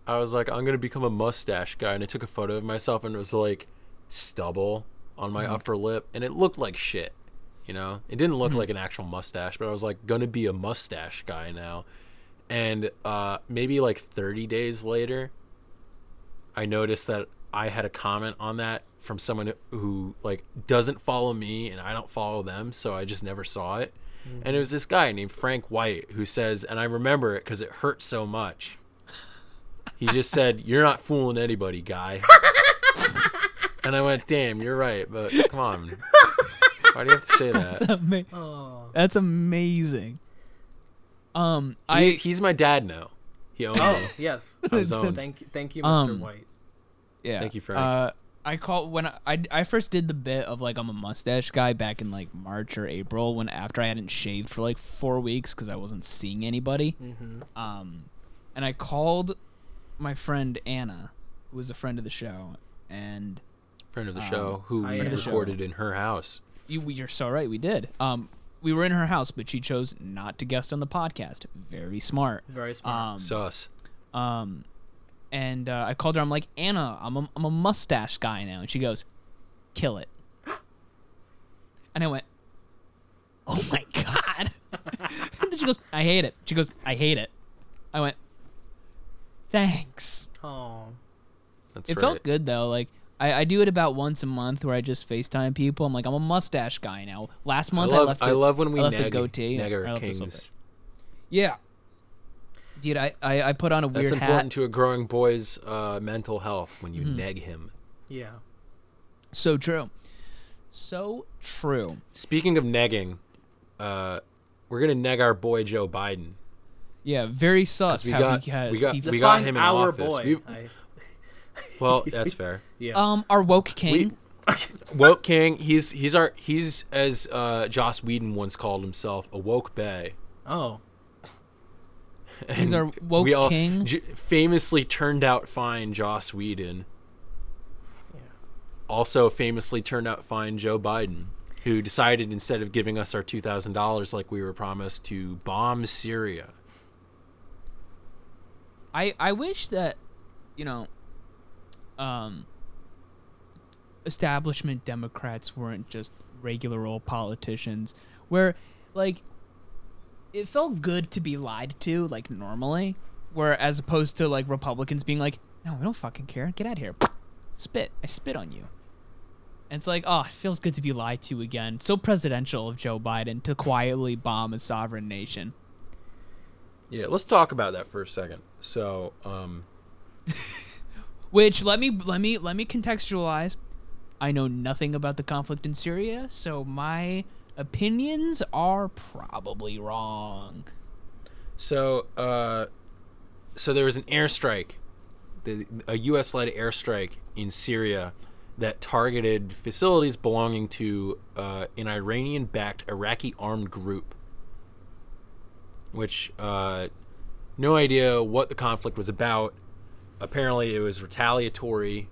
Speaker 1: I was like, I'm gonna become a mustache guy, and I took a photo of myself, and it was like stubble on
Speaker 2: Mm-hmm.
Speaker 1: my upper lip, and it looked like shit. You know, it didn't
Speaker 2: Mm-hmm.
Speaker 1: look like an actual mustache, but I was like, gonna be a mustache guy now. And uh, maybe like 30 days later, I noticed that I had a comment on that from someone who like doesn't follow me and I don't follow them, so I just never saw it. And it was this guy named Frank White who says, and I remember it because it hurt so much. He just said, "You're not fooling anybody, guy." and I went, "Damn, you're right, but come on, why do you have to say that?"
Speaker 2: Ama-
Speaker 3: Oh.
Speaker 2: That's amazing. Um, I
Speaker 1: He, he's my dad now. He owns me.
Speaker 3: Oh yes.
Speaker 1: I was owned.
Speaker 3: Thank you, thank you, Mr.
Speaker 2: Um,
Speaker 3: White.
Speaker 2: yeah.
Speaker 1: Thank you, Frank.
Speaker 2: Uh, I call when I, I I first did the bit of like I'm a mustache guy back in like March or April when after I hadn't shaved for like four weeks because I wasn't seeing anybody.
Speaker 1: Mm-hmm.
Speaker 2: Um, and I called my friend Anna, who was a friend of the show, and
Speaker 1: friend of the show who
Speaker 3: I
Speaker 1: we
Speaker 3: am-
Speaker 1: recorded in her house.
Speaker 2: You, we- you're so right. We did. Um, we were in her house, but she chose not to guest on the podcast. Very smart.
Speaker 3: Very smart.
Speaker 2: Um,
Speaker 1: Sus.
Speaker 2: um, and uh, I called her. I'm like, Anna, I'm a, I'm a mustache guy now, and she goes, kill it. And I went, oh my god. and then she goes, I hate it. She goes, I hate it. I went, thanks.
Speaker 3: oh.
Speaker 1: That's
Speaker 2: It
Speaker 1: right.
Speaker 2: felt good though. Like I, I do it about once a month where I just FaceTime people. I'm like, I'm a mustache guy now. Last
Speaker 1: I
Speaker 2: month I,
Speaker 1: love,
Speaker 2: left.
Speaker 1: I
Speaker 2: it-
Speaker 1: love when we
Speaker 2: I left
Speaker 1: neg,
Speaker 2: a goatee.
Speaker 1: neg our
Speaker 2: I left this
Speaker 1: kings.
Speaker 2: Yeah. Dude, I, I, I put on a weird
Speaker 1: That's
Speaker 2: hat. Mm-hmm.
Speaker 1: important to a growing boy's uh, mental health when you neg him.
Speaker 3: Yeah.
Speaker 2: So true. So true.
Speaker 1: Speaking of negging, uh, we're gonna neg our boy Joe Biden.
Speaker 2: Yeah, very sus.
Speaker 1: we
Speaker 2: how
Speaker 1: got-
Speaker 2: he had,
Speaker 1: we got-
Speaker 2: he-
Speaker 1: we got
Speaker 3: Define
Speaker 1: him in
Speaker 3: our
Speaker 1: office.
Speaker 3: boy.
Speaker 1: We-
Speaker 3: I-
Speaker 1: Well, that's fair.
Speaker 3: yeah.
Speaker 2: um our woke king.
Speaker 1: Woke King, he's he's our he's as uh, Joss Whedon once called himself, a woke bay.
Speaker 3: oh.
Speaker 2: He's our woke
Speaker 1: we all
Speaker 2: king.
Speaker 1: j- famously turned out fine Joss Whedon. Also famously turned out fine Joe Biden, who decided instead of giving us our two thousand dollars like we were promised to bomb Syria.
Speaker 2: I I wish that you know um establishment Democrats weren't just regular old politicians where like it felt good to be lied to like normally where as opposed to like Republicans being like no we don't fucking care get out of here spit I spit on you and it's like oh it feels good to be lied to again so presidential of Joe Biden to quietly bomb a sovereign nation
Speaker 1: Yeah, let's talk about that for a second. So, um,
Speaker 2: Which let me let me let me contextualize. I know nothing about the conflict in Syria, so my opinions are probably wrong.
Speaker 1: so, uh, so there was an airstrike, the, a U.S.-led airstrike in Syria that targeted facilities belonging to uh, an Iranian-backed Iraqi armed group, which uh, no idea what the conflict was about. Apparently, it was retaliatory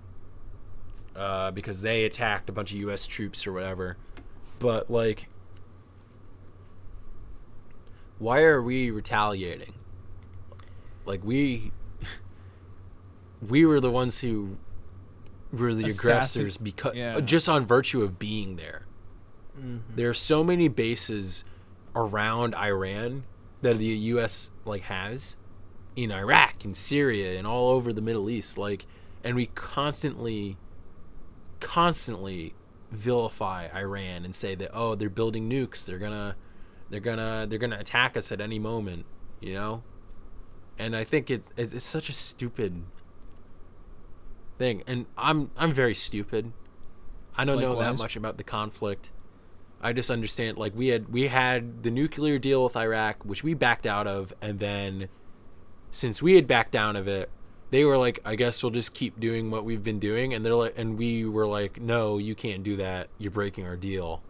Speaker 1: uh, because they attacked a bunch of U.S. troops or whatever. But like, why are we retaliating? Like we, we were the ones who were the
Speaker 2: Assassin-
Speaker 1: aggressors because
Speaker 2: Yeah.
Speaker 1: just on virtue of being there. There are so many bases around Iran that the U.S. like has in Iraq and Syria and all over the Middle East. Like, and we constantly, constantly vilify Iran and say that oh they're building nukes, they're gonna, they're gonna, they're gonna attack us at any moment, you know. And I think it's it's, it's such a stupid thing, and I'm I'm very stupid. I don't know that
Speaker 2: Likewise.
Speaker 1: much about the conflict. I just understand like we had we had the nuclear deal with Iraq, which we backed out of, and then since we had backed down of it, they were like, I guess we'll just keep doing what we've been doing, and they're like, and we were like, no, you can't do that. You're breaking our deal,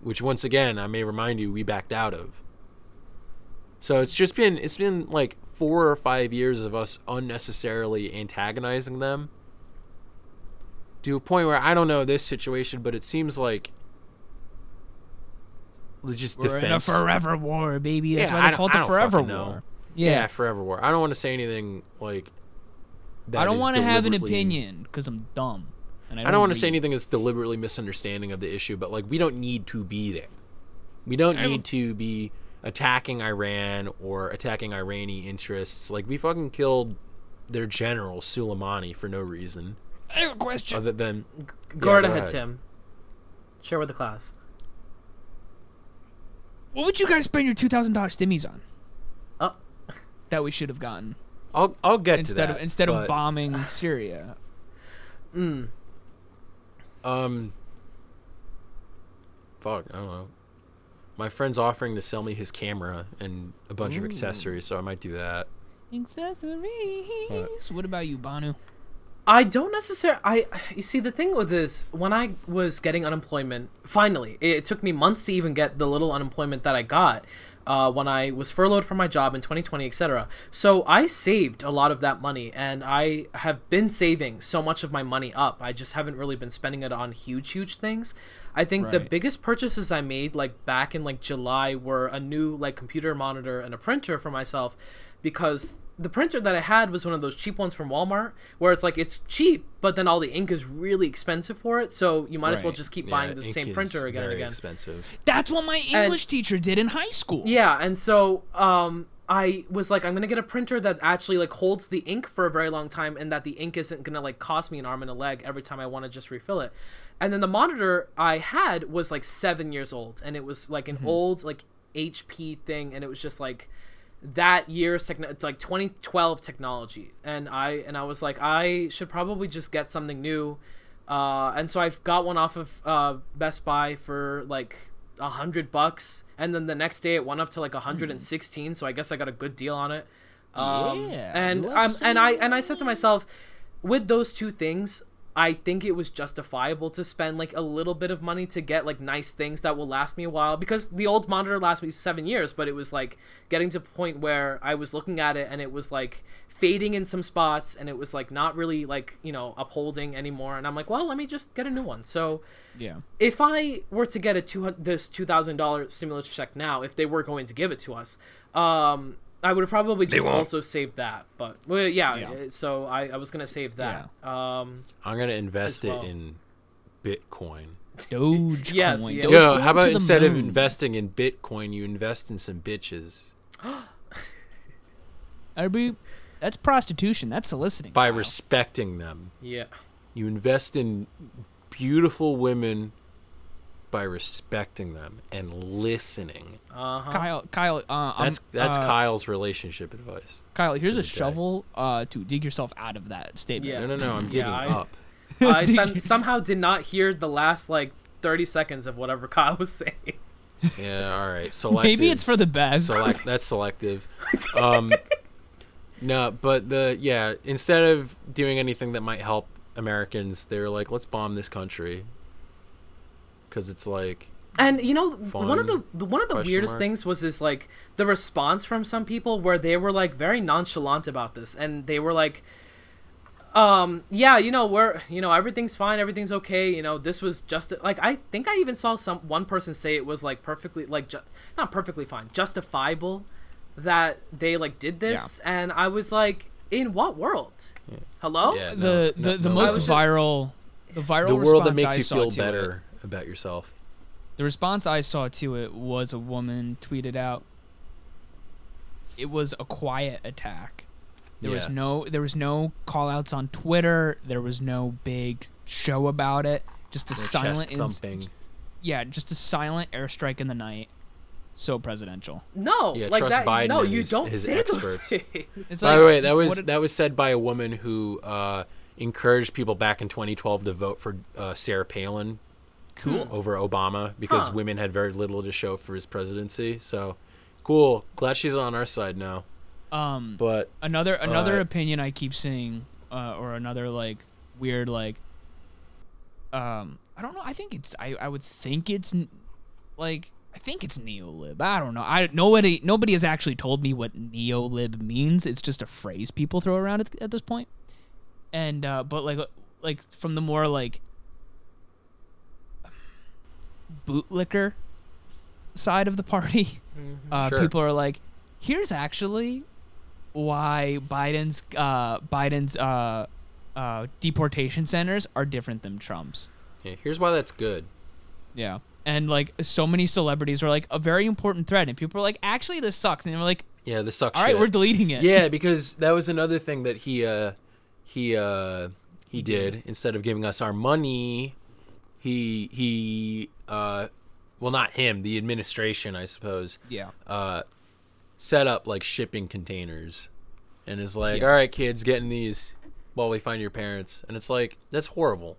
Speaker 1: which once again, I may remind you, we backed out of. So it's just been it's been like four or five years of us unnecessarily antagonizing them to a point where I don't know this situation, but it seems like it's just
Speaker 2: We're in a
Speaker 1: defense
Speaker 2: forever war, baby. That's
Speaker 1: Yeah,
Speaker 2: why
Speaker 1: I don't-
Speaker 2: they call it
Speaker 1: I
Speaker 2: the
Speaker 1: don't
Speaker 2: forever
Speaker 1: fucking
Speaker 2: war.
Speaker 1: know.
Speaker 2: Yeah.
Speaker 1: yeah, forever war. I don't want to say anything like. That
Speaker 2: I don't
Speaker 1: is
Speaker 2: want to have an
Speaker 1: deliberately-
Speaker 2: opinion because I'm dumb. And I
Speaker 1: I
Speaker 2: don't,
Speaker 1: don't want to say
Speaker 2: read.
Speaker 1: anything that's deliberately misunderstanding of the issue, but like we don't need to be there. We don't
Speaker 2: I will-
Speaker 1: need to be attacking Iran or attacking Iranian interests. Like we fucking killed their general Soleimani for no reason.
Speaker 2: I have a question.
Speaker 1: other than
Speaker 3: go right
Speaker 1: go
Speaker 3: ahead,
Speaker 1: ahead.
Speaker 3: Tim. Share with the class.
Speaker 2: what would you guys spend your two thousand dollars stimmies on?
Speaker 3: Oh,
Speaker 2: That we should have gotten
Speaker 1: I'll I'll get
Speaker 2: instead
Speaker 1: to that,
Speaker 2: of instead of
Speaker 1: but,
Speaker 2: bombing Syria.
Speaker 1: um fuck I don't know. My friend's offering to sell me his camera and a bunch of accessories, so I might do that.
Speaker 2: Accessories. What about you, Banu?
Speaker 3: I don't necessarily. I you see the thing with this when I was getting unemployment. Finally, it, it took me months to even get the little unemployment that I got uh, when I was furloughed from my job in 2020, etc. So I saved a lot of that money, and I have been saving so much of my money up. I just haven't really been spending it on huge, huge things. I think the
Speaker 2: Right.
Speaker 3: biggest purchases I made like back in like July were a new like computer monitor and a printer for myself because the printer that I had was one of those cheap ones from Walmart where it's like it's cheap but then all the ink is really expensive for it so you might as well
Speaker 2: Right.
Speaker 3: just keep
Speaker 1: Yeah,
Speaker 3: buying the
Speaker 1: ink
Speaker 3: same
Speaker 1: is
Speaker 3: printer again and
Speaker 1: very
Speaker 3: again.
Speaker 1: expensive.
Speaker 2: That's what my English teacher did in high school.
Speaker 3: Yeah, and so um, I was like, I'm gonna get a printer that actually like holds the ink for a very long time, and that the ink isn't gonna like cost me an arm and a leg every time I want to just refill it. And then the monitor I had was like seven years old, and it was like an old like HP thing, and it was just like that year's techno- like 2012 technology and i and i was like i should probably just get something new uh, and so I've got one off of uh, Best Buy for like a hundred bucks, and then the next day it went up to like a hundred and sixteen. So I guess I got a good deal on it. Um,
Speaker 2: Yeah,
Speaker 3: and
Speaker 2: love
Speaker 3: um, and I
Speaker 2: seeing
Speaker 3: and I said to myself, with those two things, I think it was justifiable to spend like a little bit of money to get like nice things that will last me a while because the old monitor lasts me seven years, but it was like getting to a point where I was looking at it and it was like fading in some spots and it was like not really like you know upholding anymore, and I'm like, well, let me just get a new one. So
Speaker 2: Yeah.
Speaker 3: if I were to get a two hundred this two thousand dollar stimulus check now, if they were going to give it to us, um, I would have probably just
Speaker 1: won't.
Speaker 3: also saved that. But well, yeah,
Speaker 2: Yeah.
Speaker 3: uh, so I, I was gonna save that. Um,
Speaker 1: I'm gonna invest
Speaker 3: As well.
Speaker 1: it in Bitcoin.
Speaker 2: Dogecoin.
Speaker 3: Yes, yes.
Speaker 2: Dogecoin
Speaker 3: Yo,
Speaker 1: Yeah,
Speaker 2: to
Speaker 1: how about
Speaker 2: the
Speaker 1: instead of
Speaker 2: moon.
Speaker 1: investing in Bitcoin, you invest in some bitches
Speaker 2: That'd be- That's prostitution. That's soliciting.
Speaker 1: by
Speaker 2: Wow.
Speaker 1: respecting them.
Speaker 3: yeah,
Speaker 1: You invest in beautiful women by respecting them and listening.
Speaker 3: uh huh.
Speaker 2: Kyle, Kyle, uh,
Speaker 1: That's
Speaker 2: I'm,
Speaker 1: that's
Speaker 2: uh,
Speaker 1: Kyle's relationship advice.
Speaker 2: Kyle. Here's
Speaker 1: the
Speaker 2: a
Speaker 1: day.
Speaker 2: shovel uh, to dig yourself out of that statement.
Speaker 3: Yeah.
Speaker 1: No, no, no. I'm
Speaker 3: Yeah,
Speaker 1: digging
Speaker 3: I-
Speaker 1: up.
Speaker 3: I
Speaker 2: Did
Speaker 3: some-
Speaker 2: you-
Speaker 3: somehow did not hear the last like thirty seconds of whatever Kyle was saying.
Speaker 1: Yeah. All right. Selective.
Speaker 2: Maybe it's for the best.
Speaker 1: select. That's selective. Um, no, but the yeah. Instead of doing anything that might help Americans, they're like, let's bomb this country. Because it's like
Speaker 3: And you know, one of the,
Speaker 1: Fun?
Speaker 3: the one of the
Speaker 1: Question
Speaker 3: weirdest
Speaker 1: mark.
Speaker 3: things was this like the response from some people where they were like very nonchalant about this, and they were like, um, "Yeah, you know, we're you know everything's fine, everything's okay. You know, this was just like I think I even saw some one person say it was like perfectly like ju- not perfectly fine, justifiable that they like did this, and I was like, in what world? Hello?
Speaker 1: yeah, no,
Speaker 2: the the,
Speaker 1: no,
Speaker 2: the
Speaker 1: no,
Speaker 2: most
Speaker 1: no.
Speaker 2: viral, the viral
Speaker 1: the world that
Speaker 2: response
Speaker 1: makes
Speaker 2: I
Speaker 1: you
Speaker 2: saw
Speaker 1: feel
Speaker 2: to it-
Speaker 1: better about yourself.
Speaker 2: The response I saw to it was a woman tweeted out. It was a quiet attack. There was
Speaker 1: Yeah.
Speaker 2: no there was no call outs on Twitter. There was no big show about it. Just a
Speaker 1: The
Speaker 2: silent
Speaker 1: chest
Speaker 2: ins-
Speaker 1: thumping.
Speaker 2: yeah, just a silent airstrike in the night. So presidential.
Speaker 3: No,
Speaker 1: Yeah,
Speaker 3: like
Speaker 1: trust
Speaker 3: that.
Speaker 1: Biden
Speaker 3: no,
Speaker 1: and
Speaker 3: you
Speaker 1: his-
Speaker 3: don't
Speaker 1: his
Speaker 3: say
Speaker 1: experts.
Speaker 3: those things.
Speaker 2: It's
Speaker 1: By the way, that was
Speaker 2: what a-
Speaker 1: that was said by a woman who uh, encouraged people back in 2012 to vote for uh, Sarah Palin Hmm.
Speaker 2: cool.
Speaker 1: over Obama because
Speaker 3: Huh.
Speaker 1: women had very little to show for his presidency. So, cool. Glad she's on our side now.
Speaker 2: Um,
Speaker 1: But
Speaker 2: another another
Speaker 1: uh,
Speaker 2: opinion I keep seeing, uh, or another like weird like, um, I don't know. I think it's I I would think it's n- like I think it's neolib. I don't know. I nobody nobody has actually told me what neolib means. It's just a phrase people throw around at, at this point. And uh, but like like from the more like bootlicker side of the party, uh,
Speaker 1: Sure.
Speaker 2: people are like, here's actually why Biden's uh, Biden's uh, uh, deportation centers are different than Trump's.
Speaker 1: yeah, here's why that's good.
Speaker 2: Yeah. And like so many celebrities were like a very important thread, and people were like, actually, this sucks, and they were like,
Speaker 1: Yeah, this sucks.
Speaker 2: all right,
Speaker 1: shit.
Speaker 2: we're deleting it.
Speaker 1: yeah, because that was another thing that he uh, he uh, He, did. Instead of giving us our money, he he uh, well not him, the administration, I suppose,
Speaker 2: Yeah.
Speaker 1: Uh, set up like shipping containers, and is like, all right, kids, get in these while we find your parents, and it's like that's horrible,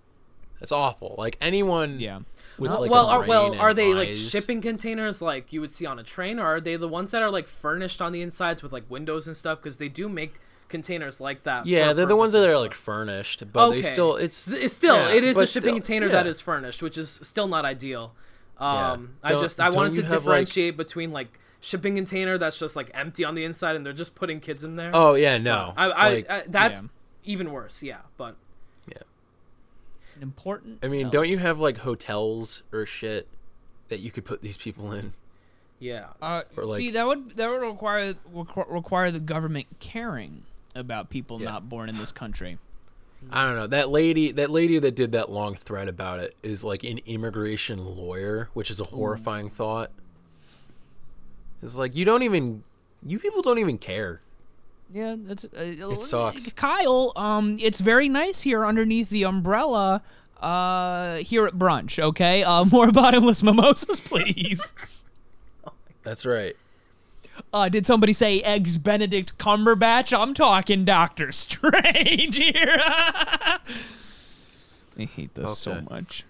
Speaker 1: that's awful. Like anyone,
Speaker 2: Yeah.
Speaker 1: With,
Speaker 3: Uh,
Speaker 1: like,
Speaker 3: well,
Speaker 1: a
Speaker 3: are, well,
Speaker 1: brain
Speaker 3: are
Speaker 1: and
Speaker 3: they like
Speaker 1: eyes.
Speaker 3: shipping containers like you would see on a train, or are they the ones that are like furnished on the insides with like windows and stuff? Because they do make containers like that.
Speaker 1: Yeah,
Speaker 3: for
Speaker 1: they're the ones that
Speaker 3: purposes,
Speaker 1: are
Speaker 3: but-
Speaker 1: like furnished, but they still it's
Speaker 3: S- it's still
Speaker 1: yeah,
Speaker 3: it is a
Speaker 1: but
Speaker 3: shipping
Speaker 1: still-
Speaker 3: container that
Speaker 1: yeah.
Speaker 3: is furnished, which is still not ideal. Um, I
Speaker 1: Don't-
Speaker 3: just I wanted
Speaker 1: don't
Speaker 3: to
Speaker 1: you have, like-
Speaker 3: differentiate between like shipping container that's just like empty on the inside and they're just putting kids in there.
Speaker 1: Oh yeah, no.
Speaker 3: I, I,
Speaker 1: Like,
Speaker 3: I that's
Speaker 2: yeah.
Speaker 3: even worse. Yeah, but
Speaker 2: An important.
Speaker 1: I mean,
Speaker 2: note.
Speaker 1: don't you have like hotels or shit that you could put these people in?
Speaker 3: yeah,
Speaker 2: Uh,
Speaker 1: Or, like-
Speaker 2: see, that would that would require requ- require the government caring about people
Speaker 1: Yeah.
Speaker 2: not born in this country.
Speaker 3: Mm.
Speaker 1: I don't know. That lady, that lady that did that long thread about it is like an immigration lawyer, which is a
Speaker 3: Mm.
Speaker 1: horrifying thought. It's like you don't even you people don't even care.
Speaker 2: Yeah, that's uh, it
Speaker 1: sucks.
Speaker 2: Kyle, um, it's very nice here underneath the umbrella. Uh, here at brunch, okay. Uh, more bottomless mimosas, please.
Speaker 1: That's right.
Speaker 2: uh, did somebody say eggs Benedict Cumberbatch? I'm talking Doctor Strange here. I hate this so
Speaker 1: Okay.
Speaker 2: much.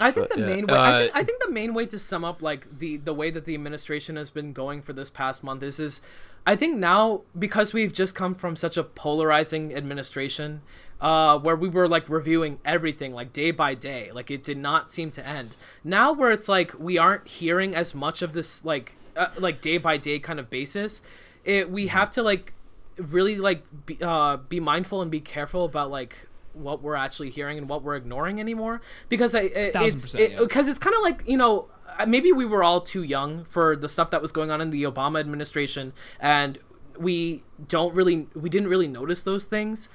Speaker 3: I think the
Speaker 1: yeah.
Speaker 3: main way I,
Speaker 1: Uh,
Speaker 3: think, I think the main way to sum up like the the way that the administration has been going for this past month is is I think now because we've just come from such a polarizing administration uh, where we were like reviewing everything like day by day like it did not seem to end now where it's like we aren't hearing as much of this like uh, like day by day kind of basis it we
Speaker 2: Mm-hmm.
Speaker 3: have to like really like be, uh, be mindful and be careful about like what we're actually hearing and what we're ignoring anymore because I, it,
Speaker 2: Thousand
Speaker 3: it's
Speaker 2: percent, yeah.
Speaker 3: because it's kind of like you know uh, maybe we were all too young for the stuff that was going on in the Obama administration and we don't really we didn't really notice those things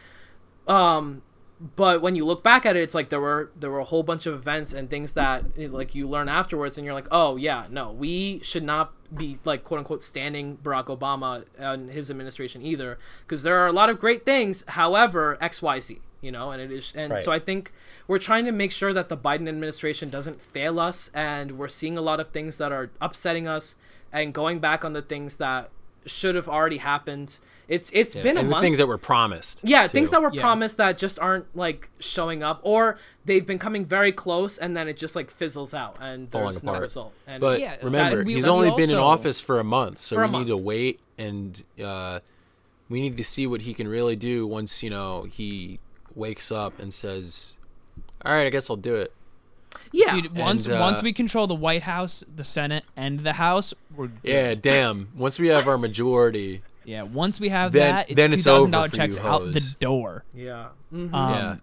Speaker 3: but when you look back at it it's like there were there were a whole bunch of events and things that eh, like you learn afterwards and you're like oh yeah no we should not be like quote unquote standing barack obama and his administration either because there are a lot of great things however xyz you know and it is and so i
Speaker 1: Right.
Speaker 3: think we're trying to make sure that the biden administration doesn't fail us and we're seeing a lot of things that are upsetting us and going back on the things that should have already happened it's it's been a
Speaker 1: and the
Speaker 3: month
Speaker 1: things that were promised.
Speaker 3: yeah, things
Speaker 1: too.
Speaker 3: that were
Speaker 2: Yeah.
Speaker 3: promised that just aren't like showing up, or they've been coming very close and then it just like fizzles out and
Speaker 1: falling
Speaker 3: there's no
Speaker 1: apart.
Speaker 3: result. And
Speaker 1: but
Speaker 2: Yeah,
Speaker 1: remember,
Speaker 2: and we-
Speaker 1: he's
Speaker 2: we
Speaker 1: only been in
Speaker 2: also-
Speaker 1: office for a month, so
Speaker 3: For a
Speaker 1: we
Speaker 3: month.
Speaker 1: need to wait and uh, we need to see what he can really do once you know he wakes up and says, "All right, I guess I'll do it."
Speaker 3: yeah,
Speaker 2: Dude, once
Speaker 1: uh,
Speaker 2: once we control the White House, the Senate, and the House, we're good.
Speaker 1: Yeah, damn. Once we have our majority,
Speaker 2: Yeah, once we have
Speaker 1: Then-
Speaker 2: that, it's
Speaker 1: then
Speaker 2: two
Speaker 1: it's over
Speaker 2: thousand dollar
Speaker 1: for
Speaker 2: checks
Speaker 1: you
Speaker 2: out the
Speaker 1: hoes.
Speaker 2: door.
Speaker 3: yeah, Mhm.
Speaker 2: Um,
Speaker 1: yeah.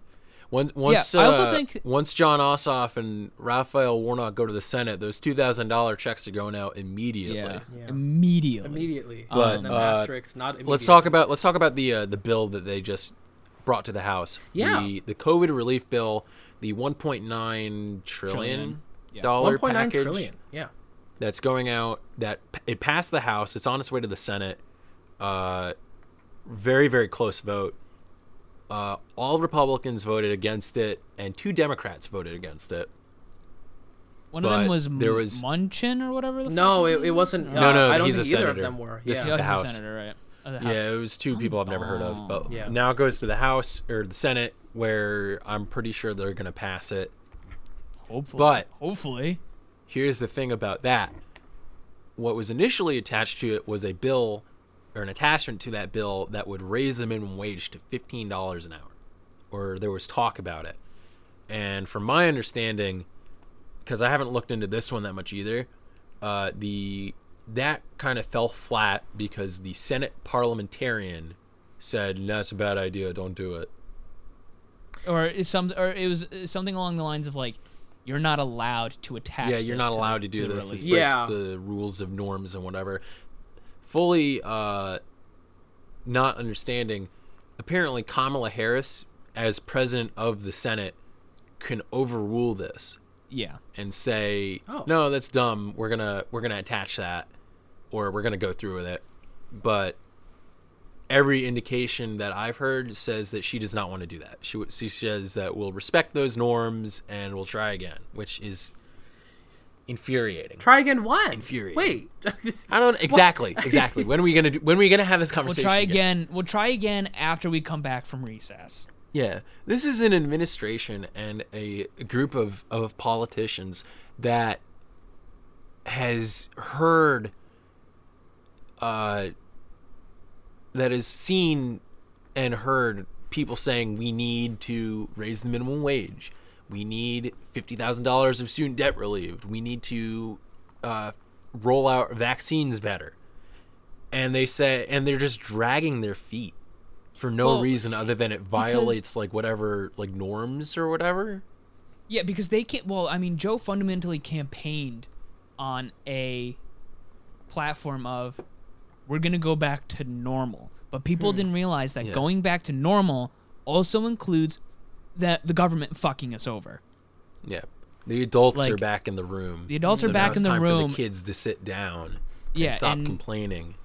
Speaker 1: Once, once,
Speaker 2: I also
Speaker 1: uh,
Speaker 2: think-
Speaker 1: once John Ossoff and Raphael Warnock go to the Senate, those two thousand dollar checks are going out immediately.
Speaker 2: yeah,
Speaker 3: Yeah.
Speaker 2: immediately.
Speaker 3: immediately.
Speaker 1: But,
Speaker 3: and then
Speaker 1: uh,
Speaker 3: asterisks, not immediately.
Speaker 1: Let's talk about let's talk about the uh, the bill that they just brought to the House.
Speaker 3: Yeah.
Speaker 1: the, the COVID relief bill, the 1.9 trillion
Speaker 2: Trillion. Yeah.
Speaker 1: dollar
Speaker 3: 1.9
Speaker 1: package
Speaker 3: trillion. Yeah,
Speaker 1: that's going out. That it passed the House. It's on its way to the Senate. Uh, very very close vote. Uh, all Republicans voted against it, and two Democrats voted against it.
Speaker 2: One of them
Speaker 1: but
Speaker 2: was
Speaker 1: there was-
Speaker 2: Munchin or whatever. The
Speaker 3: no,
Speaker 2: fuck his
Speaker 3: it,
Speaker 2: name
Speaker 3: it
Speaker 2: is?
Speaker 3: wasn't. Uh,
Speaker 1: No, no,
Speaker 3: I don't
Speaker 1: he's a
Speaker 3: think either of
Speaker 1: senator.
Speaker 3: them were.
Speaker 1: This
Speaker 2: Yeah,
Speaker 3: yeah,
Speaker 1: is- the
Speaker 2: he's a
Speaker 1: House.
Speaker 2: senator, right? Oh, the House.
Speaker 1: Yeah, it was two people I've never heard of. But
Speaker 3: Yeah.
Speaker 1: now it goes to the House or the Senate, where I'm pretty sure they're going to pass it.
Speaker 2: hopefully.
Speaker 1: but-
Speaker 2: hopefully,
Speaker 1: Here's the thing about that. What was initially attached to it was a bill or an attachment to that bill that would raise the minimum wage to $15 an hour, or there was talk about it. And from my understanding, because I haven't looked into this one that much either, uh, the that kind of fell flat because the Senate parliamentarian said "No, that's a bad idea. Don't do it.
Speaker 2: or is some, or it was uh, something along the lines of like, you're not allowed to attach.
Speaker 1: yeah, you're
Speaker 2: this
Speaker 1: not
Speaker 2: to the-
Speaker 1: allowed to do
Speaker 2: the
Speaker 1: this. This
Speaker 2: release.
Speaker 1: breaks
Speaker 3: Yeah.
Speaker 1: the rules of norms and whatever. Fully uh, not understanding. Apparently, Kamala Harris, as president of the Senate, can overrule this
Speaker 2: Yeah,
Speaker 1: and say,
Speaker 3: Oh.
Speaker 1: "No, that's dumb. We're gonna we're gonna attach that, or we're gonna go through with it." But every indication that I've heard says that she does not want to do that. She w- she says that we'll respect those norms and we'll try again, which is infuriating.
Speaker 3: Try again when?
Speaker 1: Infuriating.
Speaker 3: Wait.
Speaker 1: I don't exactly exactly when are we gonna do, when are we gonna have this
Speaker 2: We'll
Speaker 1: conversation?
Speaker 2: try again. We'll try again after we come back from recess.
Speaker 1: Yeah, this is an administration and a group of of politicians that has heard, uh, that has seen and heard people saying we need to raise the minimum wage, we need fifty thousand dollars of student debt relieved, we need to uh, roll out vaccines better, and they say and they're just dragging their feet for no
Speaker 2: Well,
Speaker 1: reason other than it violates like whatever like norms or whatever.
Speaker 2: Yeah, because they can't. Well, I mean, Joe fundamentally campaigned on a platform of we're going to go back to normal. But people didn't realize that
Speaker 1: Yeah.
Speaker 2: going back to normal also includes that the government fucking us over.
Speaker 1: Yeah, the adults are
Speaker 2: Like,
Speaker 1: back in the room.
Speaker 2: the adults are
Speaker 1: now
Speaker 2: back
Speaker 1: it's
Speaker 2: in the
Speaker 1: time for
Speaker 2: room.
Speaker 1: the kids to sit down.
Speaker 2: Yeah,
Speaker 1: and stop
Speaker 2: and-
Speaker 1: complaining.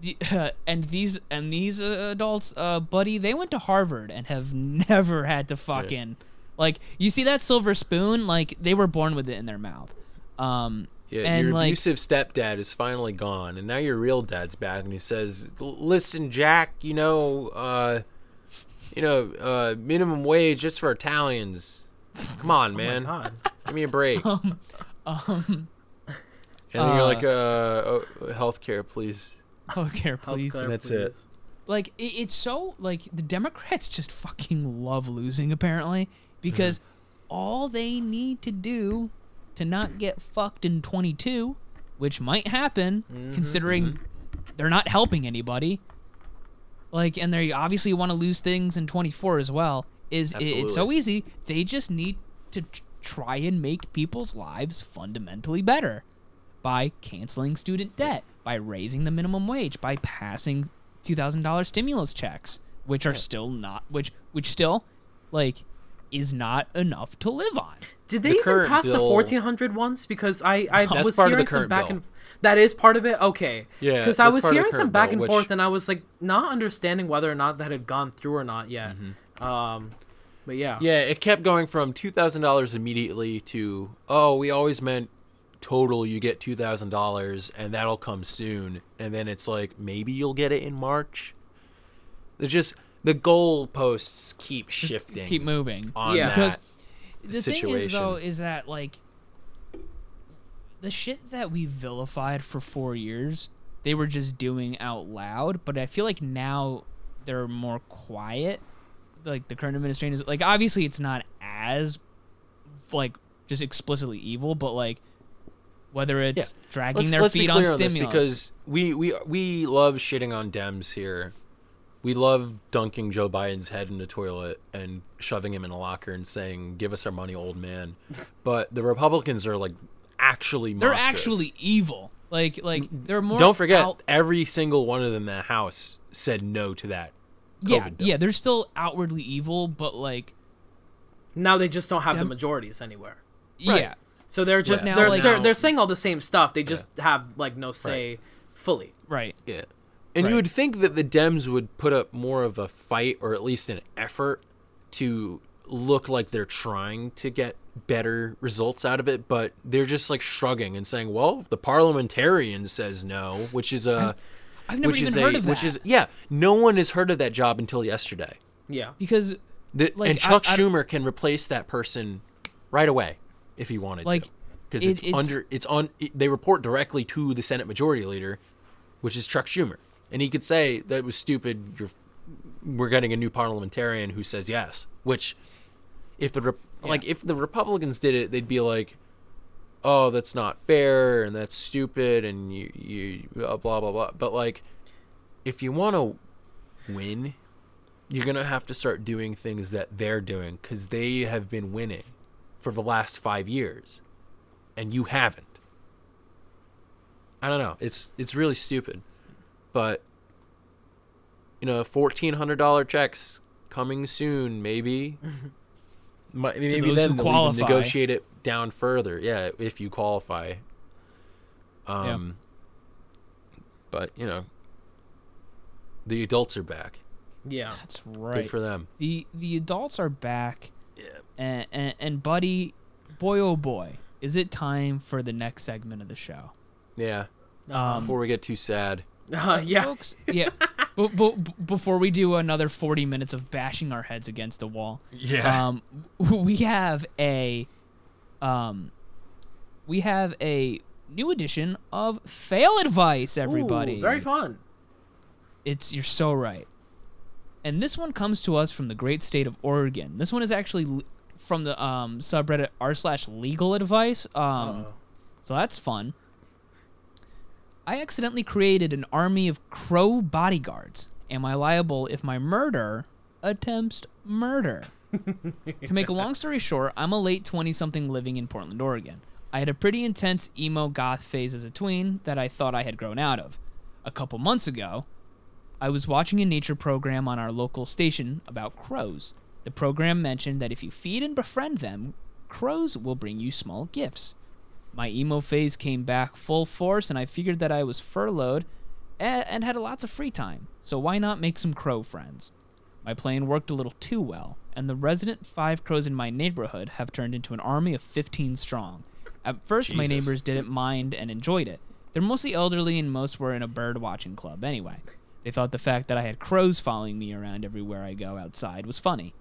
Speaker 2: The- and these and these uh, adults, uh, buddy, they went to Harvard and have never had to fucking like you see that silver spoon. Like they were born with it in their mouth. Um,
Speaker 1: Yeah,
Speaker 2: and
Speaker 1: your
Speaker 2: like
Speaker 1: abusive stepdad is finally gone, and now your real dad's back, and he says, "L- "Listen, Jack, you know, uh, you know, uh, minimum wage just for Italians. Come on, man,
Speaker 3: God.
Speaker 1: give me a break." Um, and then you're
Speaker 2: um, uh,
Speaker 1: like, uh, oh, healthcare, please.
Speaker 2: healthcare, please.
Speaker 3: Healthcare,
Speaker 1: That's it.
Speaker 3: please.
Speaker 2: like it, it's so like the democrats just fucking love losing apparently because all they need to do to not get fucked in 22 which might happen considering they're not helping anybody like and they obviously want to lose things in 24 as well is it, it's so
Speaker 1: Absolutely.
Speaker 2: easy they just need to tr- try and make people's lives fundamentally better by canceling student debt, by raising the minimum wage, by passing two thousand dollar stimulus checks, which are still not which which still like is not enough to live on.
Speaker 3: Did they
Speaker 1: The
Speaker 3: even
Speaker 1: current
Speaker 3: pass the
Speaker 1: bill-
Speaker 3: 1400 once? Because I, I
Speaker 1: That's
Speaker 3: was
Speaker 1: part of the
Speaker 3: hearing some
Speaker 1: current
Speaker 3: back
Speaker 1: bill.
Speaker 3: and that is part of it. Okay,
Speaker 1: Yeah,
Speaker 3: Because I
Speaker 1: that's
Speaker 3: was
Speaker 1: part of the
Speaker 3: hearing some
Speaker 1: current
Speaker 3: back
Speaker 1: bill,
Speaker 3: and
Speaker 1: which-
Speaker 3: forth, and I was like not understanding whether or not that had gone through or not yet.
Speaker 1: Mm-hmm.
Speaker 3: Um, but yeah,
Speaker 1: Yeah, it kept going from two thousand dollars immediately to oh, we always meant total. You get two thousand dollars, and that'll come soon. And then it's like maybe you'll get it in March. It's just the goalposts keep shifting.
Speaker 2: Keep moving.
Speaker 1: on
Speaker 3: Yeah.
Speaker 1: that.
Speaker 2: Because the thing is though
Speaker 1: situation.
Speaker 2: is that like the shit that we vilified for four years they were just doing out loud but i feel like now they're more quiet like the current administration is like obviously it's not as like just explicitly evil but like whether it's dragging
Speaker 1: Let's-
Speaker 2: their
Speaker 1: let's be
Speaker 2: feet on
Speaker 1: clear this,
Speaker 2: stimulus
Speaker 1: because we we we love shitting on Dems here. We love dunking Joe Biden's head in the toilet and shoving him in a locker and saying, "Give us our money, old man." But the Republicans are like actually
Speaker 2: they're
Speaker 1: monsters. Mm,
Speaker 2: actually evil like like they're more
Speaker 1: Don't forget,
Speaker 2: out-
Speaker 1: every single one of them in the House said no to that.
Speaker 2: yeah
Speaker 1: COVID bill.
Speaker 2: yeah they're still outwardly evil but like
Speaker 3: now they just don't have
Speaker 2: Dem-
Speaker 3: the majorities anywhere.
Speaker 1: Right.
Speaker 2: yeah
Speaker 3: So they're just
Speaker 2: Now,
Speaker 3: they're
Speaker 2: like-
Speaker 3: they're, they're saying all the same stuff. They just have like no say fully.
Speaker 2: right
Speaker 1: Yeah. And
Speaker 2: Right.
Speaker 1: you would think that the Dems would put up more of a fight or at least an effort to look like they're trying to get better results out of it, but they're just like shrugging and saying, "Well, if the parliamentarian says no," which is a
Speaker 2: I've never
Speaker 1: which
Speaker 2: even
Speaker 1: is
Speaker 2: heard
Speaker 1: a
Speaker 2: of
Speaker 1: which
Speaker 2: that.
Speaker 1: is yeah, no one has heard of that job until yesterday.
Speaker 3: Yeah.
Speaker 2: because
Speaker 1: The,
Speaker 2: Like,
Speaker 1: and
Speaker 2: I-
Speaker 1: Chuck
Speaker 2: I-
Speaker 1: Schumer can replace that person right away if he wanted
Speaker 2: Like,
Speaker 1: to. Because
Speaker 2: it-
Speaker 1: it's,
Speaker 2: it's-
Speaker 1: under it's on it, they report directly to the Senate Majority Leader, which is Chuck Schumer, and he could say that was stupid. You're, we're getting a new parliamentarian who says yes. Which, if the Rep- like if the Republicans did it, they'd be like, "Oh, that's not fair, and that's stupid, and you you blah blah blah." But like, if you want to win, you're going to have to start doing things that they're doing because they have been winning for the last five years and you haven't. I don't know. It's it's really stupid. But you know, fourteen hundred dollar checks coming soon, maybe. Mi- maybe
Speaker 2: those who
Speaker 1: then they'll even
Speaker 2: qualify.
Speaker 1: negotiate it down further. Yeah, if you qualify. Um but you know The adults are back.
Speaker 3: Yeah.
Speaker 2: That's right.
Speaker 1: Good for them.
Speaker 2: the the adults are back,
Speaker 1: Yeah.
Speaker 2: and, and and buddy, boy oh boy, is it time for the next segment of the show?
Speaker 1: Yeah.
Speaker 2: Um,
Speaker 1: Before we get too sad.
Speaker 3: Uh, yeah.
Speaker 2: folks. Yeah. b- b- b- before we do another 40 minutes of bashing our heads against the wall,
Speaker 1: Yeah.
Speaker 2: um, we have a, um, we have a new edition of fail advice. Everybody,
Speaker 3: Ooh, very fun.
Speaker 2: it's you're so right. And this one comes to us from the great state of Oregon. This one is actually l- from the um, subreddit r slash legal advice. Um,
Speaker 3: Uh-oh.
Speaker 2: so that's fun. I accidentally created an army of crow bodyguards. Am I liable if my murderer attempts murder? to make a long story short, I'm a late 20 something living in Portland, Oregon. I had a pretty intense emo goth phase as a tween that I thought I had grown out of. A couple months ago, I was watching a nature program on our local station about crows. The program mentioned that if you feed and befriend them, crows will bring you small gifts. My emo phase came back full force, and I figured that I was furloughed a- and had lots of free time, so why not make some crow friends? My plan worked a little too well, and the resident five crows in my neighborhood have turned into an army of 15 strong. At first, my
Speaker 1: Jesus.
Speaker 2: neighbors didn't mind and enjoyed it. They're mostly elderly, and most were in a bird watching club anyway. They thought the fact that I had crows following me around everywhere I go outside was funny.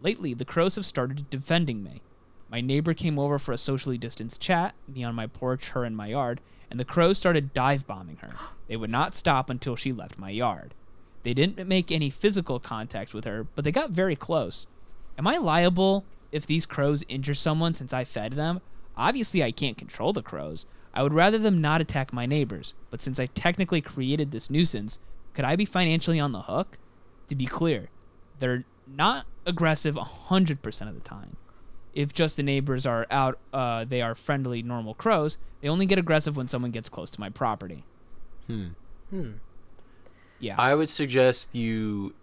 Speaker 2: Lately, the crows have started defending me. My neighbor came over for a socially distanced chat, me on my porch, her in my yard, and the crows started dive bombing her. They would not stop until she left my yard. They didn't make any physical contact with her, but they got very close. Am I liable if these crows injure someone since I fed them? Obviously, I can't control the crows. I would rather them not attack my neighbors, but since I technically created this nuisance, could I be financially on the hook? To be clear, they're not aggressive 100% of the time. If just the neighbors are out, uh, they are friendly, normal crows. They only get aggressive when someone gets close to my property. Hmm. Hmm. Yeah.
Speaker 1: I would suggest you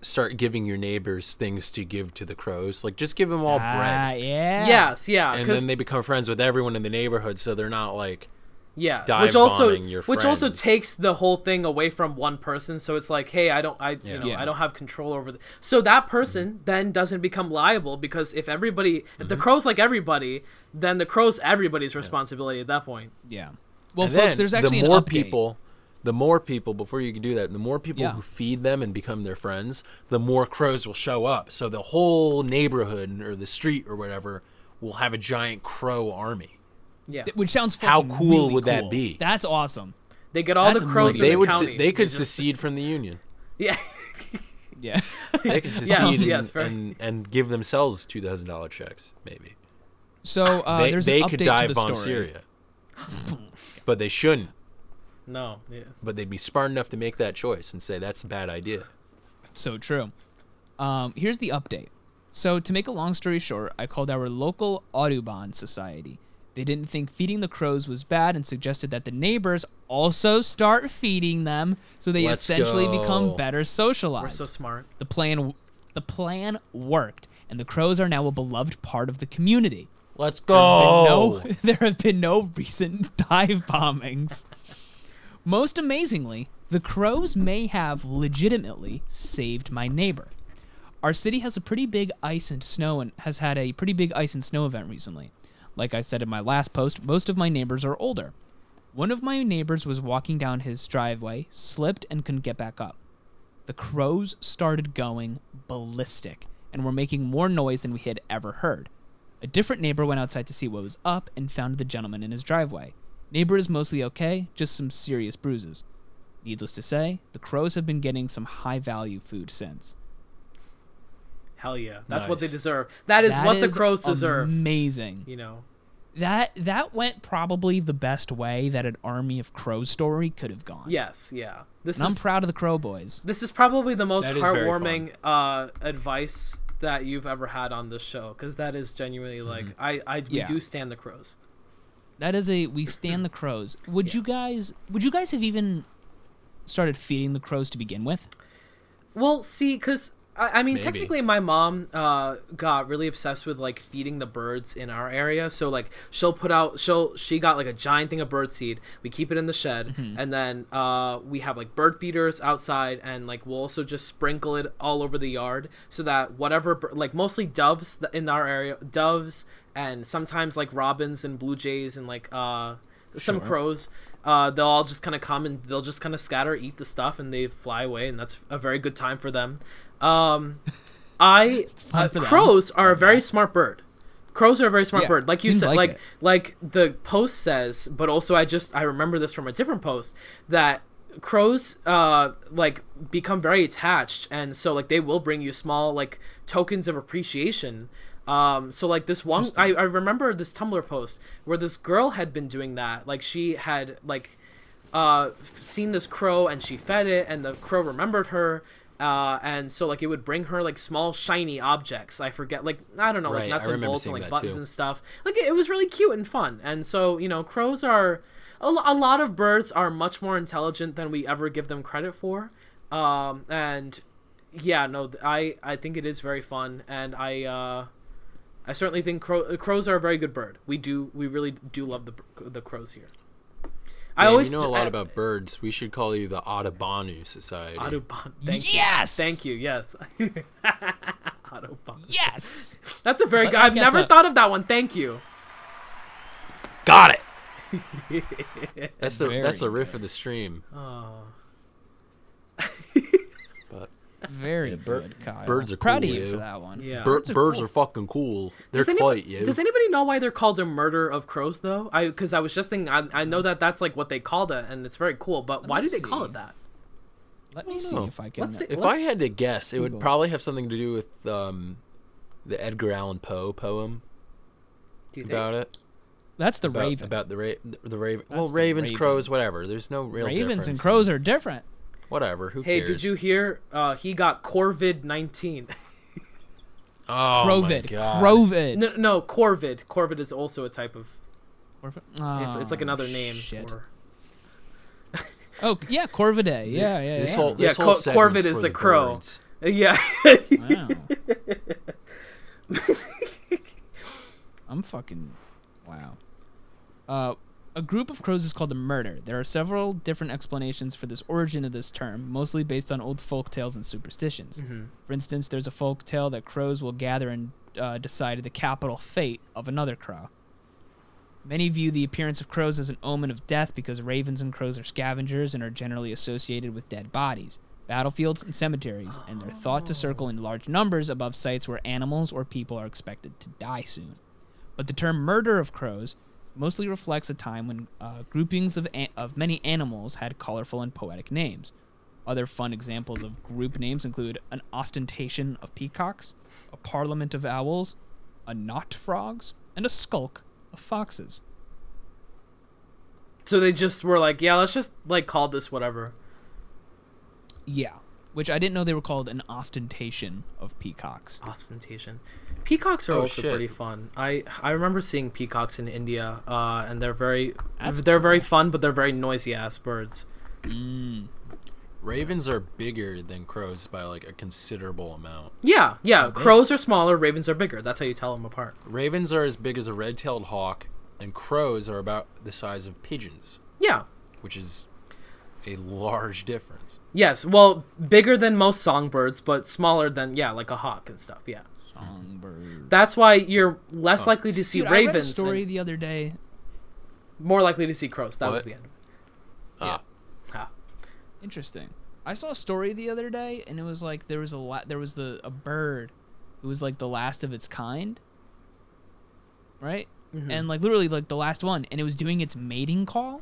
Speaker 1: start giving your neighbors things to give to the crows. Like just give them all
Speaker 2: Ah,
Speaker 1: bread.
Speaker 2: yeah.
Speaker 3: Yes, yeah,
Speaker 1: And
Speaker 3: because
Speaker 1: then they become friends with everyone in the neighborhood so they're not like
Speaker 3: yeah,
Speaker 1: dive
Speaker 3: which also
Speaker 1: bombing your
Speaker 3: which also
Speaker 1: friends.
Speaker 3: takes the whole thing away from one person. So it's like, hey, I don't, I
Speaker 1: Yeah. Mm-hmm.
Speaker 3: you know,
Speaker 2: Yeah.
Speaker 3: I don't have control over. The... So that person then doesn't become liable because if everybody, if the crow's like everybody, then the crow's everybody's responsibility at that point.
Speaker 2: Yeah. Well,
Speaker 1: And
Speaker 2: folks,
Speaker 1: then
Speaker 2: there's actually
Speaker 1: the more
Speaker 2: an update.
Speaker 1: people the more people before you can do that, the more people
Speaker 2: Yeah.
Speaker 1: who feed them and become their friends, the more crows will show up. So the whole neighborhood or the street or whatever will have a giant crow army.
Speaker 3: Yeah,
Speaker 2: th- which sounds
Speaker 1: How
Speaker 2: fucking
Speaker 1: cool
Speaker 2: really
Speaker 1: would that
Speaker 2: cool.
Speaker 1: be?
Speaker 2: That's awesome.
Speaker 3: they get all the
Speaker 2: That's
Speaker 3: crows
Speaker 2: amazing.
Speaker 3: in
Speaker 1: They
Speaker 3: the
Speaker 1: would se-
Speaker 3: county.
Speaker 1: they could
Speaker 3: just-
Speaker 1: secede from the union.
Speaker 3: yeah.
Speaker 2: Yeah.
Speaker 1: They could secede and,
Speaker 3: yes, very-
Speaker 1: and, and give themselves two thousand dollar checks, maybe.
Speaker 2: so uh,
Speaker 1: they
Speaker 2: there's
Speaker 1: they
Speaker 2: an update
Speaker 1: could
Speaker 2: to
Speaker 1: dive
Speaker 2: the
Speaker 1: bomb
Speaker 2: story.
Speaker 1: Syria, but they shouldn't.
Speaker 3: no. Yeah.
Speaker 1: But they'd be smart enough to make that choice and say that's a bad idea.
Speaker 2: So true. Um, here's the update. So, to make a long story short, I called our local Audubon Society. They didn't think feeding the crows was bad and suggested that the neighbors also start feeding them so they
Speaker 1: Let's
Speaker 2: essentially become
Speaker 1: go.
Speaker 2: better
Speaker 3: We're
Speaker 2: socialized.
Speaker 3: so smart.
Speaker 2: The plan the plan worked and the crows are now a beloved part of the community.
Speaker 1: Let's
Speaker 2: There have been no, there have been no recent dive bombings. Most amazingly, the crows may have legitimately saved my neighbor. Our city has a pretty big ice and snow and has had a pretty big ice and snow event recently. Like I said in my last post, most of my neighbors are older. One of my neighbors was walking down his driveway, slipped, and couldn't get back up. The crows started going ballistic and were making more noise than we had ever heard. A different neighbor went outside to see what was up and found the gentleman in his driveway. Neighbor is mostly okay, just some serious bruises. Needless to say, the crows have been getting some high value food since.
Speaker 3: Hell yeah, that's what they
Speaker 1: Nice.
Speaker 3: deserve. That is
Speaker 2: That
Speaker 3: what the crows deserve.
Speaker 2: Amazing.
Speaker 3: You know.
Speaker 2: That that went probably the best way that an army of crow story could have gone.
Speaker 3: Yes. Yeah. This
Speaker 2: And I'm
Speaker 3: is
Speaker 2: proud of the crow boys.
Speaker 3: This is probably the most
Speaker 1: That is very
Speaker 3: heartwarming uh, advice that you've ever had on this show because that is genuinely like
Speaker 1: Mm-hmm.
Speaker 3: I, I we
Speaker 2: Yeah.
Speaker 3: do stand the crows.
Speaker 2: That is a we stand the crows. Would you guys would you guys have even started feeding the crows to begin with?
Speaker 3: Well, see, because I, I mean,
Speaker 1: Maybe.
Speaker 3: technically, my mom uh, got really obsessed with like feeding the birds in our area. So like, she'll put out she'll she got like a giant thing of bird seed. We keep it in the shed, and then uh, we have like bird feeders outside, and like we'll also just sprinkle it all over the yard so that whatever bir- like mostly doves th- in our area, doves, and sometimes like robins and blue jays and like uh, some crows. Uh, they'll all just kind of come and they'll just kind of scatter, eat the stuff, and they fly away, and that's a very good time for them. Um, I
Speaker 2: fun
Speaker 3: uh,
Speaker 2: for them.
Speaker 3: crows are a very smart bird. Crows are a very smart
Speaker 2: Yeah,
Speaker 3: bird, like you
Speaker 2: seems
Speaker 3: said,
Speaker 2: like
Speaker 3: like
Speaker 2: it.
Speaker 3: like the post says, but also I just I remember this from a different post that crows uh like become very attached and so like they will bring you small like tokens of appreciation. Um so like this one I, I remember this Tumblr post where this girl had been doing that. Like she had like uh, f- seen this crow and she fed it and the crow remembered her uh, and so like it would bring her like small shiny objects i forget like i don't know like
Speaker 1: Right,
Speaker 3: nuts
Speaker 1: I
Speaker 3: and
Speaker 1: remember
Speaker 3: bolts
Speaker 1: seeing
Speaker 3: and like
Speaker 1: that
Speaker 3: buttons
Speaker 1: too.
Speaker 3: and stuff like it, it was really cute and fun and so you know crows are a, lo- a lot of birds are much more intelligent than we ever give them credit for um, and yeah no th- i i think it is very fun and i uh I certainly think crow, crows are a very good bird. We do, we really do love the the crows here. I
Speaker 1: Man,
Speaker 3: always
Speaker 1: you know a
Speaker 3: I-
Speaker 1: lot about birds. We should call you the Audubonu Society.
Speaker 3: Autobahn. Thank you.
Speaker 2: yes.
Speaker 3: Thank you. Yes. Autobahn.
Speaker 2: Yes.
Speaker 3: That's a very
Speaker 2: I
Speaker 3: good.
Speaker 2: think
Speaker 3: I've
Speaker 2: that's
Speaker 3: never
Speaker 2: a-
Speaker 3: thought of that one. Thank you.
Speaker 1: Got it. that's the that's the
Speaker 2: Very Uh,
Speaker 1: riff of the stream. but
Speaker 2: Very
Speaker 1: bir-
Speaker 2: good, Kyle.
Speaker 1: birds are
Speaker 2: proud
Speaker 1: cool,
Speaker 2: of you
Speaker 1: yo.
Speaker 2: for that one.
Speaker 3: Yeah.
Speaker 1: bir-
Speaker 2: are
Speaker 1: birds
Speaker 2: cool.
Speaker 1: are fucking cool. They're
Speaker 3: does, anybody,
Speaker 1: quiet. yo.
Speaker 3: does anybody know why they're called a murder of crows though? I because I was just thinking. I, I know that that's like what they called it, and it's very cool. But why
Speaker 2: me
Speaker 3: did they call
Speaker 2: see.
Speaker 3: it that?
Speaker 2: Let me
Speaker 1: don't
Speaker 2: see
Speaker 1: know.
Speaker 2: if I can.
Speaker 3: Let's see.
Speaker 1: if
Speaker 3: Let's-
Speaker 1: I had to guess, it would
Speaker 2: Google.
Speaker 1: probably have something to do with um, the Edgar Allan Poe poem
Speaker 3: Do you think?
Speaker 1: about it.
Speaker 2: That's the
Speaker 1: About,
Speaker 2: raven.
Speaker 1: about the ra- the raven. well,
Speaker 2: the
Speaker 1: ravens,
Speaker 2: raven.
Speaker 1: crows, whatever. There's no real
Speaker 2: Ravens and
Speaker 1: difference.
Speaker 2: crows are different.
Speaker 1: Whatever. Who
Speaker 3: Hey,
Speaker 1: cares?
Speaker 3: did you hear? Uh, he got Corvid nineteen.
Speaker 1: Oh
Speaker 2: Crovid.
Speaker 1: my God.
Speaker 2: Crovid.
Speaker 3: no, no, Corvid. Corvid is also a type of.
Speaker 2: Oh,
Speaker 3: It's, it's like another name.
Speaker 2: Shit.
Speaker 3: for-
Speaker 2: Oh yeah, Corvidae. Yeah, yeah.
Speaker 1: This
Speaker 2: yeah.
Speaker 1: whole
Speaker 3: Yeah,
Speaker 1: this
Speaker 3: cor-
Speaker 1: whole segment's
Speaker 3: corvid
Speaker 1: for
Speaker 3: is
Speaker 1: the
Speaker 3: a crow.
Speaker 1: birds.
Speaker 3: Yeah.
Speaker 2: Wow. I'm fucking. Wow. Uh, a group of crows is called a murder. There are several different explanations for this origin of this term, mostly based on old folk tales and superstitions. For instance, there's a folk tale that crows will gather and uh, decide the capital fate of another crow. Many view the appearance of crows as an omen of death because ravens and crows are scavengers and are generally associated with dead bodies, battlefields, and cemeteries, and they're thought to circle in large numbers above sites where animals or people are expected to die soon. But the term murder of crows mostly reflects a time when uh, groupings of, a- of many animals had colorful and poetic names. Other fun examples of group names include an ostentation of peacocks, a parliament of owls, a knot frogs, and a skulk of foxes.
Speaker 3: so they just were like, yeah, let's just like call this whatever.
Speaker 2: Yeah. Which I didn't know they were called an ostentation of peacocks.
Speaker 3: ostentation. Peacocks are
Speaker 1: Oh,
Speaker 3: also
Speaker 1: shit.
Speaker 3: pretty fun. I I remember seeing peacocks in India, uh, and they're very
Speaker 2: That's
Speaker 3: they're very fun, but they're very noisy ass birds.
Speaker 1: Ravens are bigger than crows by like a considerable amount.
Speaker 3: Yeah, yeah.
Speaker 2: Mm-hmm.
Speaker 3: crows are smaller, ravens are bigger. That's how you tell them apart.
Speaker 1: Ravens are as big as a red-tailed hawk, and crows are about the size of pigeons,
Speaker 3: Yeah.
Speaker 1: which is a large difference.
Speaker 3: Yes. Well, bigger than most songbirds, but smaller than yeah, like a hawk and stuff. Yeah.
Speaker 2: Songbird.
Speaker 3: That's why you're less likely to see
Speaker 2: Oh. Dude, I read a
Speaker 3: ravens,
Speaker 2: story
Speaker 3: and
Speaker 2: the other day.
Speaker 3: more likely to see crows. That was
Speaker 1: What?
Speaker 3: the end.
Speaker 1: Ah,
Speaker 3: Ah.
Speaker 2: Interesting. I saw a story the other day, and it was like there was a la- there was the a bird who was like the last of its kind, right? And like literally like the last one, and it was doing its mating call.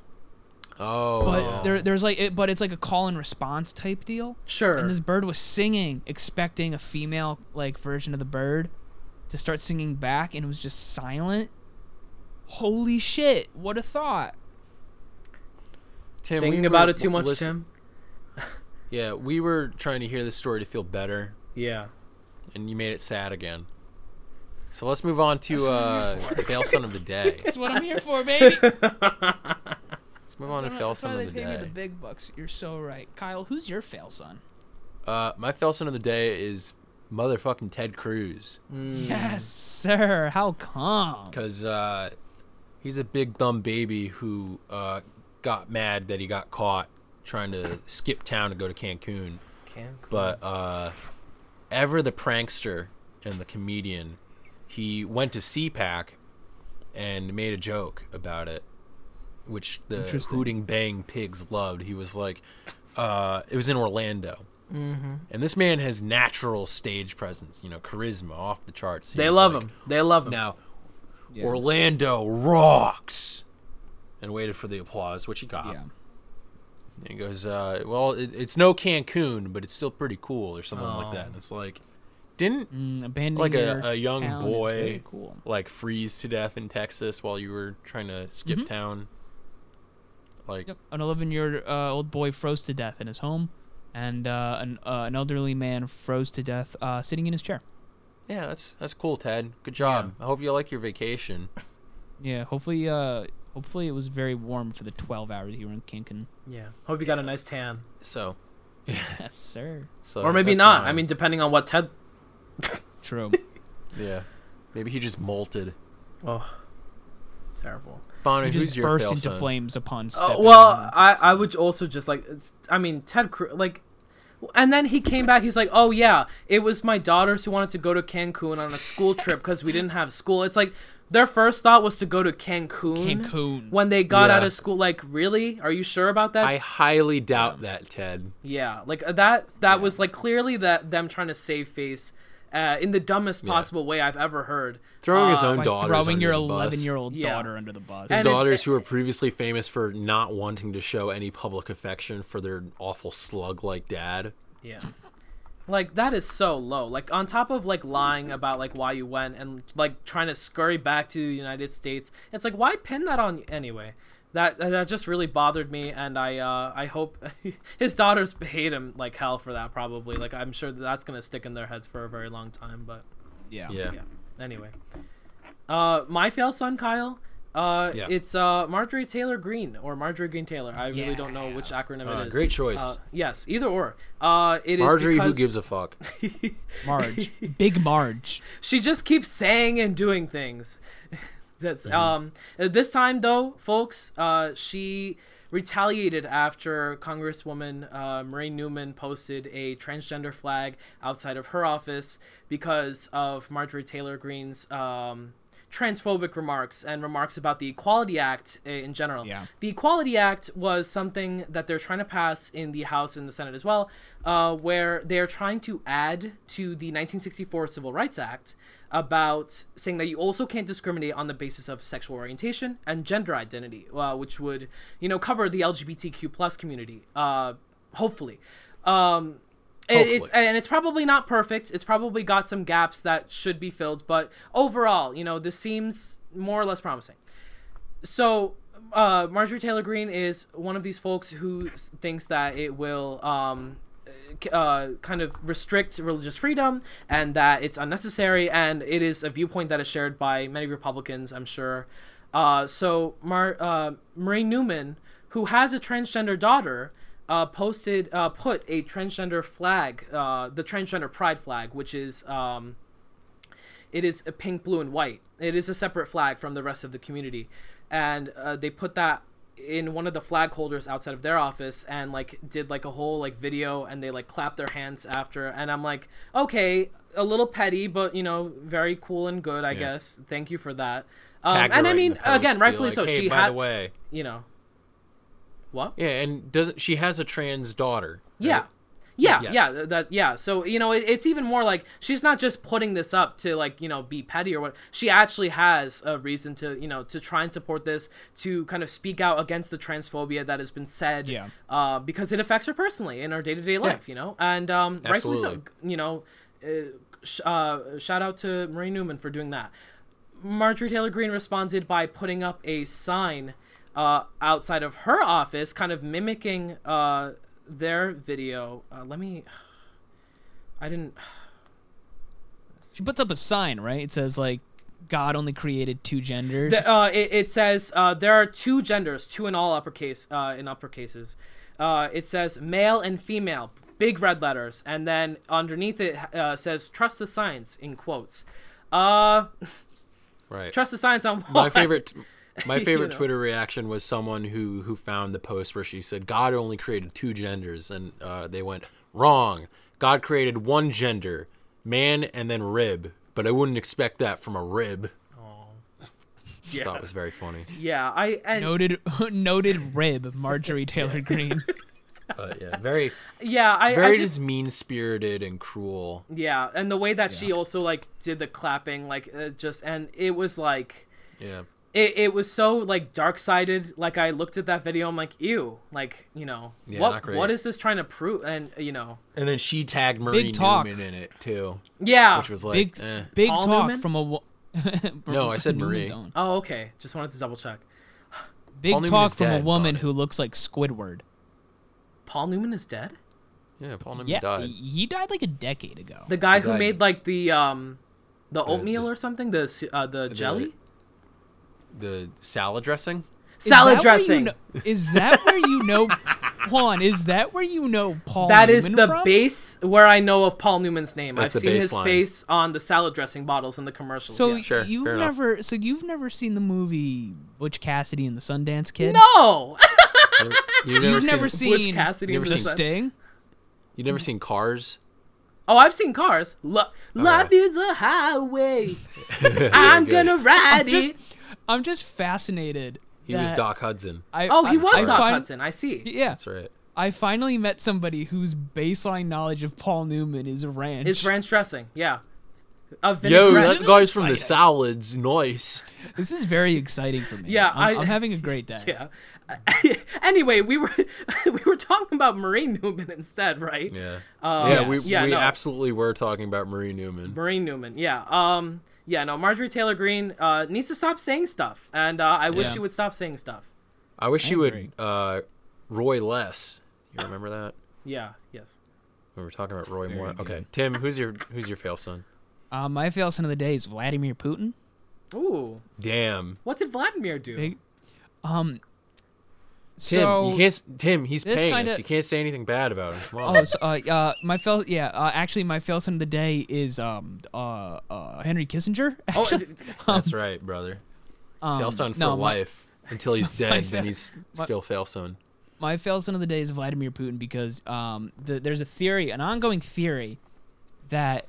Speaker 1: oh,
Speaker 2: But
Speaker 1: yeah.
Speaker 2: there, there's like, it, but it's like a call and response type deal.
Speaker 3: Sure.
Speaker 2: And this bird was singing, expecting a female like version of the bird to start singing back, and it was just silent. Holy shit! What a thought.
Speaker 1: Tim, we
Speaker 3: Thinking
Speaker 1: were
Speaker 3: about it too
Speaker 1: w-
Speaker 3: much,
Speaker 1: listen-
Speaker 3: Tim.
Speaker 1: Yeah, we were trying to hear this story to feel better,
Speaker 3: Yeah.
Speaker 1: and you made it sad again. So let's move on to uh, Fail Son of the Day.
Speaker 2: That's what I'm here for, baby.
Speaker 1: Let's move on to
Speaker 2: That's
Speaker 1: Fail Son
Speaker 2: why-
Speaker 1: of
Speaker 2: that's
Speaker 1: the
Speaker 2: why they pay me
Speaker 1: Day.
Speaker 2: the big bucks. You're so right, Kyle. Who's your fail son?
Speaker 1: Uh, my fail son of the day is motherfucking Ted Cruz
Speaker 2: Mm. Yes, sir. How come?
Speaker 1: because uh, he's a big dumb baby who uh, got mad that he got caught trying to skip town to go to Cancun.
Speaker 3: Can-
Speaker 1: But uh, ever the prankster and the comedian, he went to CPAC and made a joke about it, which the
Speaker 2: Interesting.
Speaker 1: hooting bang pigs loved. He was like, uh, it was in Orlando. Mm-hmm. And this man has natural stage presence, you know, charisma off the charts. He
Speaker 3: they
Speaker 1: was
Speaker 3: love
Speaker 1: like,
Speaker 3: him. They love him.
Speaker 1: Now, Orlando rocks, and waited for the applause, which he got.
Speaker 2: Yeah.
Speaker 1: And he goes, uh, "Well, it, it's no Cancun, but it's still pretty cool," or something like
Speaker 2: Oh.
Speaker 1: that. And it's like, didn't
Speaker 2: Mm, abandoning
Speaker 1: like a,
Speaker 2: your
Speaker 1: a young
Speaker 2: town is
Speaker 1: boy
Speaker 2: very cool.
Speaker 1: like freeze to death in Texas while you were trying to skip town? Like,
Speaker 2: Mm-hmm. Yep. An 11 year uh, old boy froze to death in his home, and uh, an, uh, an elderly man froze to death uh, sitting in his chair.
Speaker 1: yeah, that's that's cool, Ted. Good job. I hope you like your vacation.
Speaker 2: Yeah, hopefully, uh, hopefully it was very warm for the 12 hours you were in Cancun.
Speaker 3: yeah. Hope you got a nice tan.
Speaker 1: So,
Speaker 2: Yes, sir.
Speaker 1: so
Speaker 3: or maybe
Speaker 1: that's
Speaker 3: not.
Speaker 1: mine.
Speaker 3: I mean, depending on what Ted.
Speaker 2: True.
Speaker 1: yeah, maybe he just molted.
Speaker 3: Oh, terrible.
Speaker 1: Bonnie,
Speaker 2: You
Speaker 1: who's
Speaker 2: just
Speaker 1: your
Speaker 2: burst
Speaker 1: fail
Speaker 2: into
Speaker 1: son?
Speaker 2: flames upon
Speaker 3: Uh,
Speaker 2: stepping.
Speaker 3: well,
Speaker 2: onto the
Speaker 3: I, I
Speaker 2: scene.
Speaker 3: would also just like, it's, I mean, Ted Cruz, like, and then he came back. He's like, oh, yeah, it was my daughters who wanted to go to Cancun on a school trip because we didn't have school. It's like, their first thought was to go to Cancun.
Speaker 2: Cancun.
Speaker 3: When they got out
Speaker 1: Yeah.
Speaker 3: of school, like, really? Are you sure about that?
Speaker 1: I highly doubt that, Ted.
Speaker 3: yeah, like uh, that. That was like clearly that them trying to save face, uh, in the dumbest possible way I've ever heard.
Speaker 1: Throwing his
Speaker 3: Uh,
Speaker 1: own
Speaker 2: Ah, By
Speaker 1: daughter.
Speaker 2: throwing your 11 year old
Speaker 3: Yeah.
Speaker 2: daughter under the bus.
Speaker 1: His
Speaker 3: And it's-
Speaker 1: daughters, who were previously famous for not wanting to show any public affection for their awful slug like dad.
Speaker 3: Yeah. Like that is so low. Like on top of like lying about like why you went and like trying to scurry back to the United States, it's like why pin that on you anyway? That that just really bothered me, and I uh, I hope his daughters hate him like hell for that. Probably like I'm sure that that's gonna stick in their heads for a very long time. But
Speaker 2: yeah.
Speaker 1: Yeah.
Speaker 3: yeah. Anyway, uh, my fail son Kyle. Uh,
Speaker 1: Yeah.
Speaker 3: it's uh Marjorie Taylor Green or Marjorie Green Taylor. I really don't know which acronym
Speaker 1: Uh,
Speaker 3: it is.
Speaker 1: great choice.
Speaker 3: Uh, yes, either or. Uh, it is
Speaker 1: Marjorie,
Speaker 3: because...
Speaker 1: who gives a fuck?
Speaker 2: Marge. Big Marge.
Speaker 3: she just keeps saying and doing things. That's um this time though, folks, uh she retaliated after Congresswoman uh, Marie Newman posted a transgender flag outside of her office because of Marjorie Taylor Greene's um transphobic remarks and remarks about the Equality Act uh, in general.
Speaker 2: Yeah.
Speaker 3: The Equality Act was something that they're trying to pass in the House and the Senate as well, uh, where they're trying to add to the 1964 Civil Rights Act about saying that you also can't discriminate on the basis of sexual orientation and gender identity, uh, which would, you know, cover the LGBTQ plus community, uh, hopefully. Um, it- it's
Speaker 1: Hopefully.
Speaker 3: and it's probably not perfect. It's probably got some gaps that should be filled, but overall, you know, this seems more or less promising. So, uh, Marjorie Taylor Greene is one of these folks who s- thinks that it will um, c- uh, kind of restrict religious freedom and that it's unnecessary, and it is a viewpoint that is shared by many Republicans, I'm sure. Uh, so, Mar- uh, Marie Newman, who has a transgender daughter, uh, posted uh, put a transgender flag, uh, the transgender pride flag, which is um, it is a pink, blue, and white. It is a separate flag from the rest of the community, and uh, they put that in one of the flag holders outside of their office and like did like a whole like video and they like clapped their hands after and I'm like okay a little petty but you know very cool and good I guess thank you for that um,
Speaker 1: Tag her
Speaker 3: and
Speaker 1: right
Speaker 3: I
Speaker 1: in
Speaker 3: mean
Speaker 1: the post,
Speaker 3: again
Speaker 1: be
Speaker 3: rightfully
Speaker 1: like,
Speaker 3: so
Speaker 1: "Hey,
Speaker 3: she
Speaker 1: by
Speaker 3: had
Speaker 1: the way,
Speaker 3: you know what
Speaker 1: yeah, and doesn't she has a trans daughter?
Speaker 3: yeah.
Speaker 1: right?
Speaker 3: Yeah,
Speaker 1: Yes.
Speaker 3: yeah, th- that yeah. So you know, it, it's even more like she's not just putting this up to like you know be petty or what. She actually has a reason to you know to try and support this to kind of speak out against the transphobia that has been said.
Speaker 2: Yeah.
Speaker 3: Uh, because it affects her personally in her day to day life, you know, and um, rightfully so.
Speaker 1: Absolutely.
Speaker 3: You know, uh, sh- uh, shout out to Marie Newman for doing that. Marjorie Taylor Greene responded by putting up a sign uh, outside of her office, kind of mimicking uh, their video. Uh, let me. I didn't.
Speaker 2: She puts up a sign, right? It says, like, God only created two genders.
Speaker 3: The- uh, it, it says uh, there are two genders, two in all uppercase uh, in uppercases. Uh, it says male and female, big red letters, and then underneath it uh, says "Trust the Science" in quotes. Uh,
Speaker 1: Right.
Speaker 3: trust the science on what?
Speaker 1: my favorite my
Speaker 3: You
Speaker 1: favorite
Speaker 3: know.
Speaker 1: Twitter reaction was someone who who found the post where she said God only created two genders and uh, they went wrong. God created one gender, man and then rib, but I wouldn't expect that from a rib.
Speaker 3: Yeah,
Speaker 1: That was very funny.
Speaker 3: yeah. I and
Speaker 2: Noted noted rib Marjorie Taylor Green.
Speaker 1: But yeah, very
Speaker 3: yeah, I,
Speaker 1: very
Speaker 3: I just
Speaker 1: just mean-spirited and cruel.
Speaker 3: yeah, and the way that she also like did the clapping, like uh, just and it was like
Speaker 1: Yeah.
Speaker 3: it, it was so like dark sided. Like I looked at that video, I'm like, ew, like you know
Speaker 1: Yeah, not
Speaker 3: what
Speaker 1: great.
Speaker 3: what is this trying to prove? And you know,
Speaker 1: And then she tagged Marie
Speaker 2: talk.
Speaker 1: Newman in it too,
Speaker 3: yeah.
Speaker 1: which was like
Speaker 2: big
Speaker 1: eh.
Speaker 2: big
Speaker 3: Paul
Speaker 2: talk
Speaker 3: Newman?
Speaker 2: from a wo- from
Speaker 1: No, I said
Speaker 2: Newman's
Speaker 1: Marie.
Speaker 2: own.
Speaker 3: oh, okay. Just wanted to double check.
Speaker 2: Big
Speaker 1: Paul Newman
Speaker 2: talk
Speaker 1: is
Speaker 2: from a
Speaker 1: dead,
Speaker 2: woman
Speaker 1: Bonnie.
Speaker 2: who looks like Squidward.
Speaker 3: Paul Newman is dead.
Speaker 1: yeah, Paul Newman
Speaker 2: Yeah,
Speaker 1: died.
Speaker 2: he- he died like a decade ago.
Speaker 3: The guy
Speaker 1: The
Speaker 3: who
Speaker 1: guy-
Speaker 3: made like the um, the oatmeal
Speaker 1: this-
Speaker 3: or something, the s- uh, the jelly
Speaker 1: The salad dressing?
Speaker 2: Is
Speaker 3: salad
Speaker 2: that where you
Speaker 3: dressing.
Speaker 2: kn- is that where you know? Hold on, is that where you know Paul?
Speaker 3: That is
Speaker 2: Newman
Speaker 3: the
Speaker 2: from?
Speaker 3: base where I know of Paul Newman's name.
Speaker 1: That's
Speaker 3: I've
Speaker 1: the
Speaker 3: seen his
Speaker 1: baseline.
Speaker 3: face on the salad dressing bottles in the commercials.
Speaker 2: So
Speaker 3: yeah.
Speaker 1: Sure,
Speaker 2: you've
Speaker 1: fair enough.
Speaker 2: never, so you've never seen the movie Butch Cassidy and the Sundance Kid?
Speaker 3: no,
Speaker 1: Never- You've
Speaker 2: you've
Speaker 1: seen-
Speaker 2: never seen,
Speaker 3: Butch Cassidy
Speaker 1: never
Speaker 3: and the
Speaker 1: seen
Speaker 3: Sun-
Speaker 2: Sting.
Speaker 1: You've never seen Cars?
Speaker 3: Oh, I've seen Cars. Lo- Life
Speaker 1: right.
Speaker 3: is a highway. I'm
Speaker 1: good.
Speaker 3: gonna ride
Speaker 2: I'm just,
Speaker 3: it.
Speaker 2: I'm just fascinated.
Speaker 1: He was
Speaker 2: that
Speaker 1: Doc Hudson.
Speaker 2: I,
Speaker 3: Oh, he
Speaker 2: I-
Speaker 3: was
Speaker 2: I
Speaker 3: Doc
Speaker 2: fin-
Speaker 3: Hudson. I see.
Speaker 2: Yeah,
Speaker 1: That's right.
Speaker 2: I finally met somebody whose baseline knowledge of Paul Newman is ranch.
Speaker 3: It's ranch dressing. Yeah. A
Speaker 1: Yo,
Speaker 3: vinaigrette.
Speaker 1: that guy's from the
Speaker 2: exciting.
Speaker 1: salads. Nice.
Speaker 2: This is very exciting for me.
Speaker 3: Yeah,
Speaker 2: I'm,
Speaker 3: I-
Speaker 2: am having a great day.
Speaker 3: Yeah. anyway, we were we were talking about Marie Newman instead, right?
Speaker 1: Yeah.
Speaker 3: Uh,
Speaker 1: yeah, we,
Speaker 3: yeah,
Speaker 1: we
Speaker 3: no.
Speaker 1: absolutely were talking about Marie Newman.
Speaker 3: Marie Newman. Yeah. Um. Yeah. No. Marjorie Taylor Greene uh, needs to stop saying stuff, and uh, I wish
Speaker 2: Yeah.
Speaker 3: she would stop saying stuff.
Speaker 1: I wish you
Speaker 2: agree.
Speaker 1: would uh, Roy less. You remember that?
Speaker 3: Yeah. Yes.
Speaker 1: We were talking about Roy more.
Speaker 2: good.
Speaker 1: Okay, Tim, who's your who's your fail son?
Speaker 2: Uh, my fail son of the day is Vladimir Putin.
Speaker 3: Ooh.
Speaker 1: Damn,
Speaker 3: What did Vladimir do?
Speaker 2: Big- Um.
Speaker 1: Tim,
Speaker 2: So,
Speaker 1: you can't. s- Tim, he's
Speaker 2: this
Speaker 1: paying
Speaker 2: kinda-
Speaker 1: us. You can't say anything bad about him. Come on.
Speaker 2: oh, so, uh, uh, my fail. Yeah, uh, actually, my fail son of the day is um uh, uh Henry Kissinger.
Speaker 3: Oh,
Speaker 2: Actually,
Speaker 3: d- d-
Speaker 1: That's right, brother.
Speaker 2: um,
Speaker 1: fail son for
Speaker 2: no, my-
Speaker 1: life until he's dead.
Speaker 2: fa-
Speaker 1: then he's
Speaker 2: my-
Speaker 1: still fail son.
Speaker 2: my fail son of the day is Vladimir Putin because um, the, there's a theory, an ongoing theory, that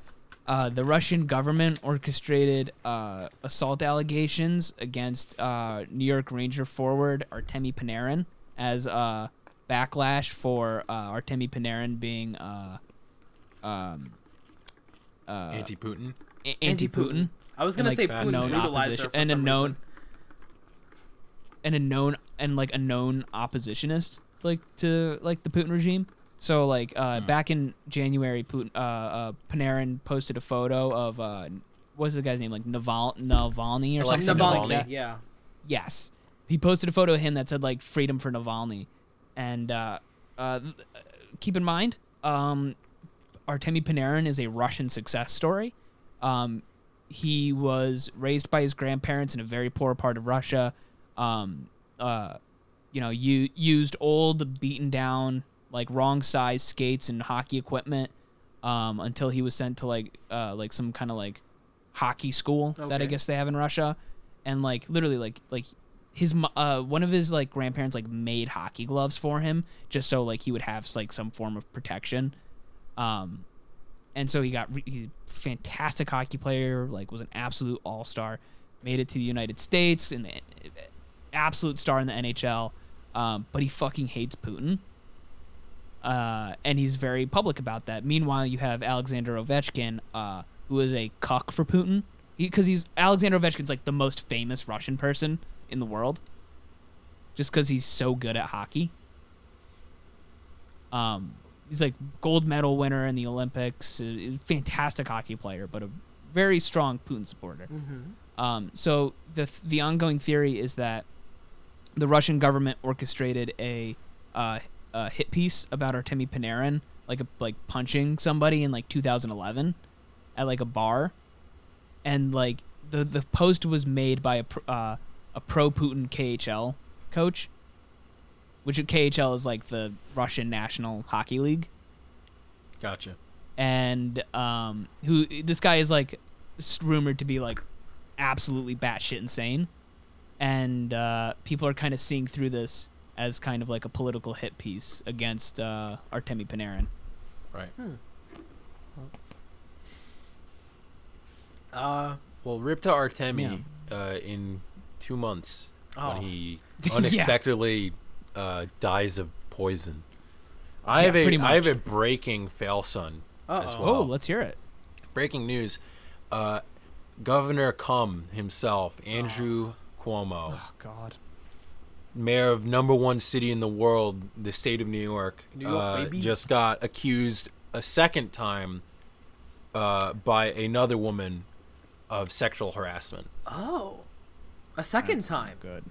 Speaker 2: uh, the Russian government orchestrated uh, assault allegations against uh, New York Ranger forward Artemi Panarin as uh, backlash for uh, Artemi Panarin being uh, um,
Speaker 1: Anti Putin.
Speaker 2: a- anti-Putin.
Speaker 3: I was gonna
Speaker 2: like,
Speaker 3: say
Speaker 2: a
Speaker 3: Putin
Speaker 2: known
Speaker 3: brutalizer
Speaker 2: opposition-
Speaker 3: for
Speaker 2: and a
Speaker 3: some
Speaker 2: known
Speaker 3: reason.
Speaker 2: and a known and like a known oppositionist like to like the Putin regime. So like
Speaker 3: Hmm.
Speaker 2: uh, back in January, Putin uh, uh, Panarin posted a photo of uh, what's the guy's name like Naval Navalny or
Speaker 1: Alexei
Speaker 2: something
Speaker 3: Navalny.
Speaker 2: like that.
Speaker 3: Yeah.
Speaker 2: Yes, he posted a photo of him that said like "Freedom for Navalny," and uh, uh, th- uh, keep in mind, um, Artemy Panarin is a Russian success story. Um, he was raised by his grandparents in a very poor part of Russia. Um, uh, you know, you used old, beaten down, like wrong size skates and hockey equipment um, until he was sent to like uh, like some kind of like hockey school that I
Speaker 3: Okay.
Speaker 2: guess they have in Russia, and like literally like like his mo- uh, one of his like grandparents like made hockey gloves for him just so like he would have like some form of protection. Um, and so he got re- he's a fantastic hockey player, like was an absolute all star, made it to the United States and the- absolute star in the NHL. Um, but he fucking hates Putin, uh, and he's very public about that. Meanwhile, you have Alexander Ovechkin, uh, who is a cuck for Putin, because he's Alexander Ovechkin's like the most famous Russian person in the world, just because he's so good at hockey. Um, he's like gold medal winner in the Olympics, a- a fantastic hockey player, but a very strong Putin supporter. Um, so the th- the ongoing theory is that the Russian government orchestrated a, uh, a hit piece about Artemi Panarin, like a, like punching somebody in like 2011 at like a bar, and like the the post was made by a pr- uh, a pro Putin KHL coach, which KHL is like the Russian National Hockey League,
Speaker 1: Gotcha.
Speaker 2: and um, who this guy is like s- rumored to be like absolutely batshit insane, and uh, people are kind of seeing through this as kind of like a political hit piece against uh, Artemi Panarin.
Speaker 1: Right.
Speaker 3: Uh,
Speaker 1: Well, Ripta Artemi uh, in two months
Speaker 3: Oh.
Speaker 1: when he
Speaker 2: Yeah.
Speaker 1: unexpectedly uh, dies of poison. I
Speaker 2: Yeah,
Speaker 1: have a
Speaker 2: pretty
Speaker 1: I have
Speaker 2: much.
Speaker 1: a breaking fail son as
Speaker 3: Uh-oh.
Speaker 1: well.
Speaker 2: Oh, let's hear it.
Speaker 1: breaking news: uh, Governor Cum himself, Andrew Cuomo,
Speaker 2: Oh God.
Speaker 1: mayor of number one city in the world, the state of New York,
Speaker 3: New York,
Speaker 1: uh,
Speaker 3: baby.
Speaker 1: just got accused a second time uh, by another woman of sexual harassment.
Speaker 3: oh, a second time.
Speaker 2: Good.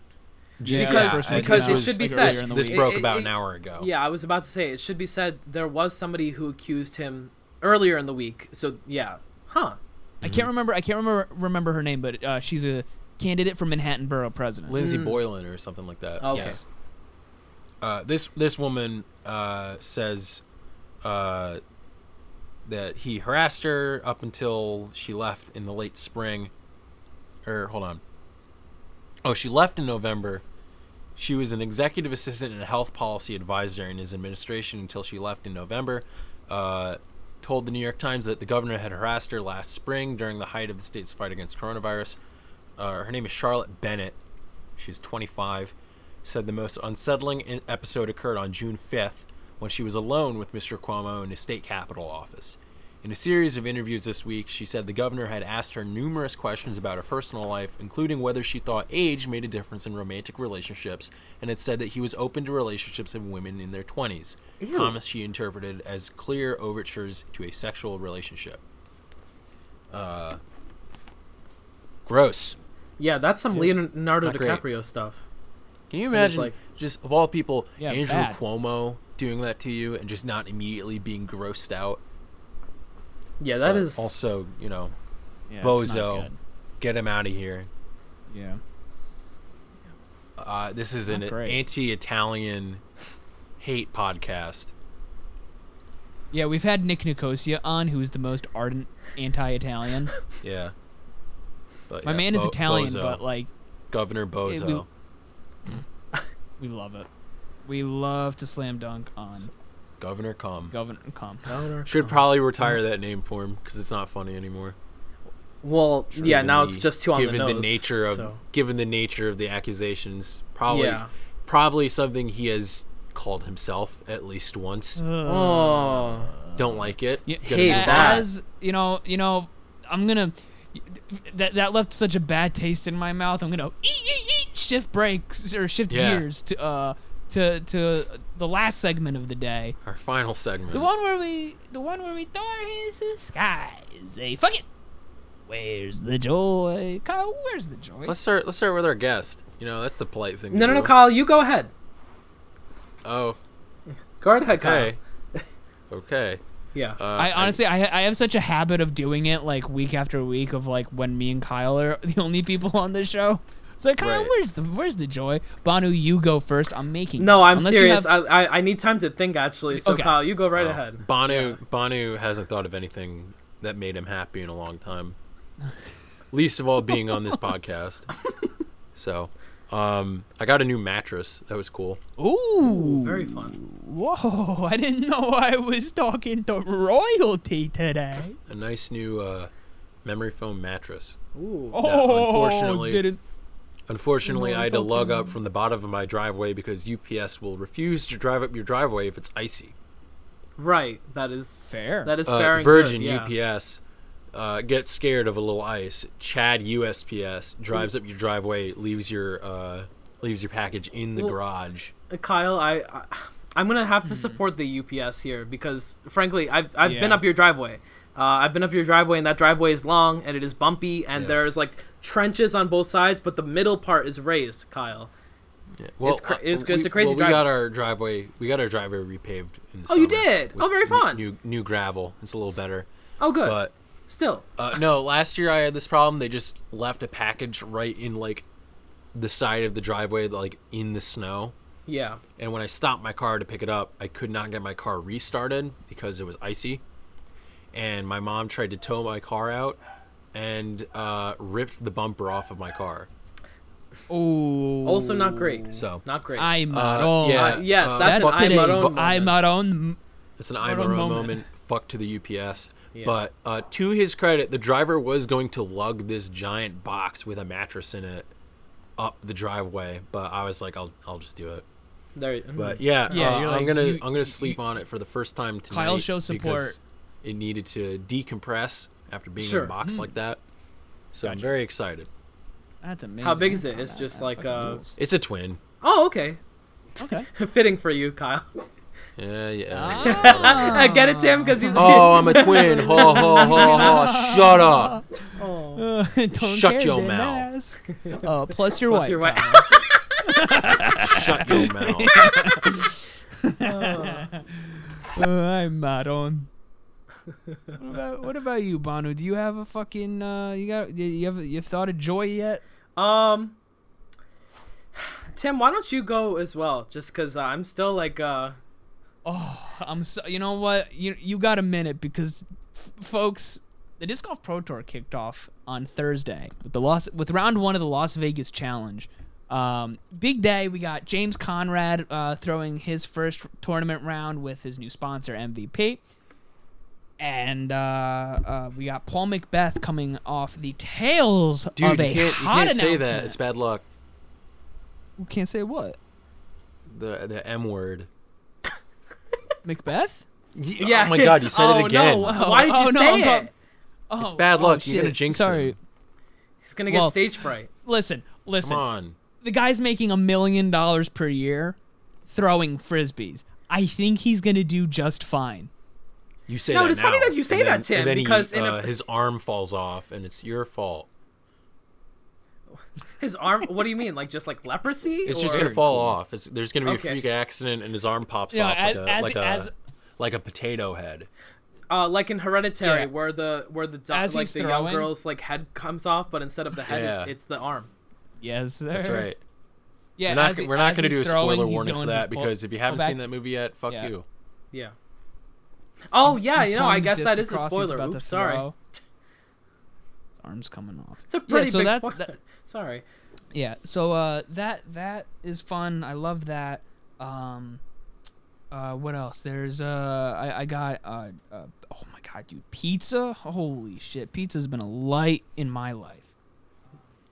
Speaker 1: Yeah,
Speaker 3: Because-
Speaker 1: I think
Speaker 3: because
Speaker 1: that
Speaker 3: it
Speaker 1: was-
Speaker 3: should be
Speaker 1: this-
Speaker 3: said-
Speaker 1: This
Speaker 3: It-
Speaker 1: broke
Speaker 3: it-
Speaker 1: about
Speaker 3: it-
Speaker 1: an hour
Speaker 2: Oh.
Speaker 1: ago.
Speaker 3: Yeah, I was about to say it should be said there was somebody who accused him earlier in the week. So yeah, huh?
Speaker 1: Mm-hmm.
Speaker 2: I can't remember. I can't remember remember her name, but uh, she's a candidate for Manhattan Borough President.
Speaker 1: Lindsay Boylan or something like that.
Speaker 3: Okay.
Speaker 2: Yes.
Speaker 1: Uh, this this woman uh, says uh, that he harassed her up until she left in the late spring. Or hold on. Oh, she left in November. She was an executive assistant and a health policy advisor in his administration until she left in November. Uh, told the New York Times that the governor had harassed her last spring during the height of the state's fight against coronavirus. Uh, her name is Charlotte Bennett. She's 25. Said the most unsettling in- episode occurred on June 5th when she was alone with Mr. Cuomo in his state capitol office. In a series of interviews this week, she said the governor had asked her numerous questions about her personal life, including whether she thought age made a difference in romantic relationships, and had said that he was open to relationships of women in their 20s. Comments she interpreted as clear overtures to a sexual relationship. Uh, gross.
Speaker 3: Yeah, that's some Leonardo
Speaker 1: Not great.
Speaker 3: DiCaprio stuff.
Speaker 1: Can you
Speaker 3: And it's
Speaker 1: imagine,
Speaker 3: like-
Speaker 1: just of all people,
Speaker 2: Yeah,
Speaker 1: Andrew
Speaker 2: bad.
Speaker 1: Cuomo doing that to you and just not immediately being grossed out?
Speaker 3: Yeah, that
Speaker 1: But
Speaker 3: is.
Speaker 1: also, you know,
Speaker 2: Yeah, it's not
Speaker 1: bozo,
Speaker 2: good.
Speaker 1: get him out of here.
Speaker 2: Yeah.
Speaker 1: Uh, this is
Speaker 2: Not
Speaker 1: an
Speaker 2: great.
Speaker 1: anti-Italian hate podcast.
Speaker 2: Yeah, we've had Nick Nicosia on, who is the most ardent anti-Italian.
Speaker 1: Yeah, but,
Speaker 2: My
Speaker 1: yeah,
Speaker 2: man is
Speaker 1: Bo-
Speaker 2: Italian,
Speaker 1: Bozo.
Speaker 2: but like
Speaker 1: Governor Bozo.
Speaker 2: we- we love it. We love to slam dunk on
Speaker 1: Governor Com.
Speaker 2: Governor Com.
Speaker 3: Leonardo-
Speaker 1: Should probably retire that name for him because it's not funny anymore.
Speaker 3: Well, yeah.
Speaker 1: Given
Speaker 3: Now
Speaker 1: the-
Speaker 3: it's just two on
Speaker 1: given
Speaker 3: the nose.
Speaker 1: nature of
Speaker 3: so.
Speaker 1: given the nature of the accusations, probably
Speaker 3: Yeah.
Speaker 1: probably something he has called himself at least once.
Speaker 3: Oh.
Speaker 1: Don't like it.
Speaker 2: Yeah,
Speaker 1: Gonna
Speaker 3: Hey,
Speaker 1: be
Speaker 2: a-
Speaker 3: that.
Speaker 2: as you know, you know, I'm gonna. That, that left such a bad taste in my mouth. I'm gonna eat, eat, eat, shift brakes or shift
Speaker 1: Yeah.
Speaker 2: gears to uh to to the last segment of the day.
Speaker 1: our final segment.
Speaker 2: The one where we, the one where we throw our hands to the sky and say, "Fuck it." Where's the joy, Kyle? Where's the joy?
Speaker 1: Let's start. Let's start with our guest. You know, that's the polite thing. to
Speaker 3: No, no, no,
Speaker 1: do.
Speaker 3: Kyle. You go ahead.
Speaker 1: Oh,
Speaker 3: Go right ahead, Kyle.
Speaker 1: okay. okay.
Speaker 3: Yeah.
Speaker 1: Uh,
Speaker 2: I honestly, I, I have such a habit of doing it like week after week of like when me and Kyle are the only people on the show. It's like Kyle,
Speaker 1: Right.
Speaker 2: where's the where's the joy? Banu, you go first. I'm making.
Speaker 3: no,
Speaker 2: it.
Speaker 3: I'm
Speaker 2: Unless you
Speaker 3: serious.
Speaker 2: have-
Speaker 3: I, I I need time to think actually. So
Speaker 2: Okay.
Speaker 3: Kyle, you go
Speaker 1: I-
Speaker 3: right
Speaker 1: oh.
Speaker 3: ahead.
Speaker 1: Banu Banu hasn't thought of anything that made him happy in a long time. Least of all being on this podcast. So, um, I got a new mattress. That was cool.
Speaker 2: Ooh,
Speaker 3: Very fun.
Speaker 2: Whoa! I didn't know I was talking to royalty today.
Speaker 1: A nice new uh, memory foam mattress.
Speaker 3: Ooh.
Speaker 2: Oh,
Speaker 1: unfortunately-
Speaker 2: didn't.
Speaker 1: Unfortunately,
Speaker 2: No,
Speaker 1: I had to
Speaker 2: it's
Speaker 1: lug
Speaker 2: okay.
Speaker 1: up from the bottom of my driveway because UPS will refuse to drive up your driveway if it's icy.
Speaker 3: Right. That is
Speaker 2: Fair.
Speaker 3: That is
Speaker 1: Uh,
Speaker 3: fair. and
Speaker 1: Virgin
Speaker 3: good, yeah.
Speaker 1: UPS uh, gets scared of a little ice. Chad USPS drives up your driveway, leaves your uh, leaves your package in the
Speaker 3: Well-
Speaker 1: garage.
Speaker 3: Kyle, I, I I'm gonna
Speaker 1: Hmm.
Speaker 3: have to support the UPS here because frankly, I've I've been
Speaker 2: Yeah.
Speaker 3: up your driveway. Uh, I've been up your driveway, and that driveway is long and it is bumpy, and
Speaker 1: Yeah.
Speaker 3: there's like trenches on both sides, but the middle part is raised. Kyle,
Speaker 1: Well,
Speaker 3: It's cra-
Speaker 1: uh,
Speaker 3: it's-
Speaker 1: we,
Speaker 3: it's a crazy
Speaker 1: well,
Speaker 3: drive-
Speaker 1: We got our driveway. We got our driveway repaved. In the
Speaker 3: Oh, you
Speaker 1: summer
Speaker 3: did?
Speaker 1: with
Speaker 3: Oh, very
Speaker 1: new-
Speaker 3: fun.
Speaker 1: New, new gravel. It's a little better,
Speaker 3: oh good,
Speaker 1: but
Speaker 3: still,
Speaker 1: Uh, no, last year I had this problem. They just left a package right in like the side of the driveway, like in the snow,
Speaker 3: Yeah.
Speaker 1: And when I stopped my car to pick it up, I could not get my car restarted because it was icy. And my mom tried to tow my car out and uh, ripped the bumper off of my car.
Speaker 2: Oh.
Speaker 3: Also not great.
Speaker 1: So
Speaker 3: Not great.
Speaker 2: I'm
Speaker 1: Uh,
Speaker 2: Maron.
Speaker 1: yeah,
Speaker 3: Uh, yes, that's
Speaker 2: That's
Speaker 1: fuck
Speaker 3: an
Speaker 1: to-
Speaker 2: today's
Speaker 3: I'm Maron
Speaker 2: I'm Maron.
Speaker 1: It's an
Speaker 2: What a
Speaker 1: I'm a moment.
Speaker 2: moment.
Speaker 1: moment. Fuck to the UPS.
Speaker 3: Yeah.
Speaker 1: But uh, to his credit, the driver was going to lug this giant box with a mattress in it up the driveway, but I was like, I'll I'll just do it.
Speaker 3: There. mm.
Speaker 1: But yeah,
Speaker 2: Mm. Yeah,
Speaker 1: uh,
Speaker 2: you're
Speaker 1: I'm
Speaker 2: like,
Speaker 1: gonna
Speaker 2: you-
Speaker 1: I'm gonna sleep on it for the first time tonight.
Speaker 2: Kyle shows
Speaker 1: because
Speaker 2: support.
Speaker 1: It needed to decompress after being in
Speaker 3: Sure.
Speaker 1: a box like that. So I'm
Speaker 2: Mm. Gotcha.
Speaker 1: very excited.
Speaker 2: That's amazing.
Speaker 3: How big is it?
Speaker 2: Oh,
Speaker 3: It's
Speaker 2: that-
Speaker 3: just
Speaker 2: that
Speaker 3: like,
Speaker 2: fucking
Speaker 3: uh,
Speaker 2: rules.
Speaker 1: It's a twin.
Speaker 3: Oh, okay.
Speaker 2: Okay.
Speaker 3: Fitting for you, Kyle.
Speaker 1: Yeah, yeah.
Speaker 2: Ah.
Speaker 3: Get it, Tim, because he's.
Speaker 1: Oh, I'm a twin. Ho ho ho ho. Shut up.
Speaker 3: Oh.
Speaker 2: Uh, don't
Speaker 1: Shut
Speaker 2: care,
Speaker 1: your
Speaker 2: didn't
Speaker 1: mouth.
Speaker 2: ask. Uh, plus your
Speaker 3: What's
Speaker 2: wife.
Speaker 3: your wife?
Speaker 1: Shut your mouth.
Speaker 2: Uh, I'm Maron. what about what about you, Bono? Do you have a fucking uh, you got you- you have you've thought of joy yet?
Speaker 3: Um, Tim, why don't you go as well? Just because uh, I'm still like, uh,
Speaker 2: Oh, I'm so you know what you you got a minute because, f- folks, the disc golf pro tour kicked off on Thursday with the Las with round one of the Las Vegas Challenge. Um, big day. We got James Conrad uh, throwing his first tournament round with his new sponsor MVP. and uh, uh, we got Paul Macbeth coming off the tails
Speaker 1: Dude,
Speaker 2: of a
Speaker 1: you can't, you
Speaker 2: hot
Speaker 1: can't say
Speaker 2: announcement.
Speaker 1: that. It's bad luck.
Speaker 2: You can't say what
Speaker 1: The the M word.
Speaker 2: Macbeth.
Speaker 3: yeah.
Speaker 1: Oh my god, you said
Speaker 3: Oh,
Speaker 1: it again.
Speaker 3: No.
Speaker 2: Oh,
Speaker 3: Why did you
Speaker 2: oh, no,
Speaker 3: say
Speaker 2: I'm
Speaker 3: it?
Speaker 2: talking- Oh,
Speaker 1: It's bad
Speaker 2: oh,
Speaker 1: luck. You're gonna
Speaker 2: shit.
Speaker 1: jinx
Speaker 2: Sorry.
Speaker 1: him.
Speaker 3: He's gonna get
Speaker 2: Well-
Speaker 3: stage fright.
Speaker 2: Listen,
Speaker 1: Come
Speaker 2: listen.
Speaker 1: on.
Speaker 2: The guy's making a million dollars per year throwing frisbees. I think he's gonna do just fine.
Speaker 1: You say
Speaker 3: No,
Speaker 1: that.
Speaker 3: but it's funny
Speaker 1: now,
Speaker 3: that you say
Speaker 1: and
Speaker 3: that,
Speaker 1: then-
Speaker 3: Tim,
Speaker 1: and then he,
Speaker 3: because in a-
Speaker 1: uh, his arm falls off, and it's your fault.
Speaker 3: His arm. What do you mean? Like just like leprosy?
Speaker 1: It's just
Speaker 3: or-
Speaker 1: gonna fall off. It's there's gonna be
Speaker 3: Okay.
Speaker 1: a freak accident, and his arm pops
Speaker 2: Yeah,
Speaker 1: off like
Speaker 2: as-
Speaker 1: a
Speaker 2: as-
Speaker 1: like a
Speaker 2: as-
Speaker 1: like a potato head.
Speaker 3: Uh, like in Hereditary,
Speaker 2: Yeah.
Speaker 3: where the where the do-
Speaker 2: As
Speaker 3: like
Speaker 2: he's
Speaker 3: the young
Speaker 2: throwing-
Speaker 3: girl's like head comes off, but instead of the head, it-
Speaker 1: Yeah.
Speaker 3: it's the arm.
Speaker 2: Yes, sir.
Speaker 1: That's right.
Speaker 2: Uh-huh. Yeah,
Speaker 1: We're not,
Speaker 2: as he-
Speaker 1: we're not
Speaker 2: as
Speaker 1: gonna
Speaker 2: he's
Speaker 1: do a
Speaker 2: throwing,
Speaker 1: spoiler
Speaker 2: he's
Speaker 1: warning for
Speaker 2: going
Speaker 1: that
Speaker 2: just pull-
Speaker 1: because if you haven't
Speaker 2: pull back.
Speaker 1: seen that movie yet, fuck
Speaker 2: Yeah.
Speaker 1: you.
Speaker 3: Yeah. Oh yeah,
Speaker 2: He's
Speaker 3: you know,
Speaker 2: pulling
Speaker 3: I
Speaker 2: the
Speaker 3: guess
Speaker 2: disc
Speaker 3: that is a
Speaker 2: across, he's
Speaker 3: spoiler.
Speaker 2: about to
Speaker 3: Oops, sorry.
Speaker 2: throw. His Arms coming off.
Speaker 3: It's a pretty
Speaker 2: yeah, so
Speaker 3: big
Speaker 2: that-
Speaker 3: spoiler.
Speaker 2: that-
Speaker 3: Sorry.
Speaker 2: Yeah. So uh, that that is fun. I love that. Um, uh, what else? There's uh, I, I got uh, uh, oh my god, dude, pizza. Holy shit, pizza's been a light in my life.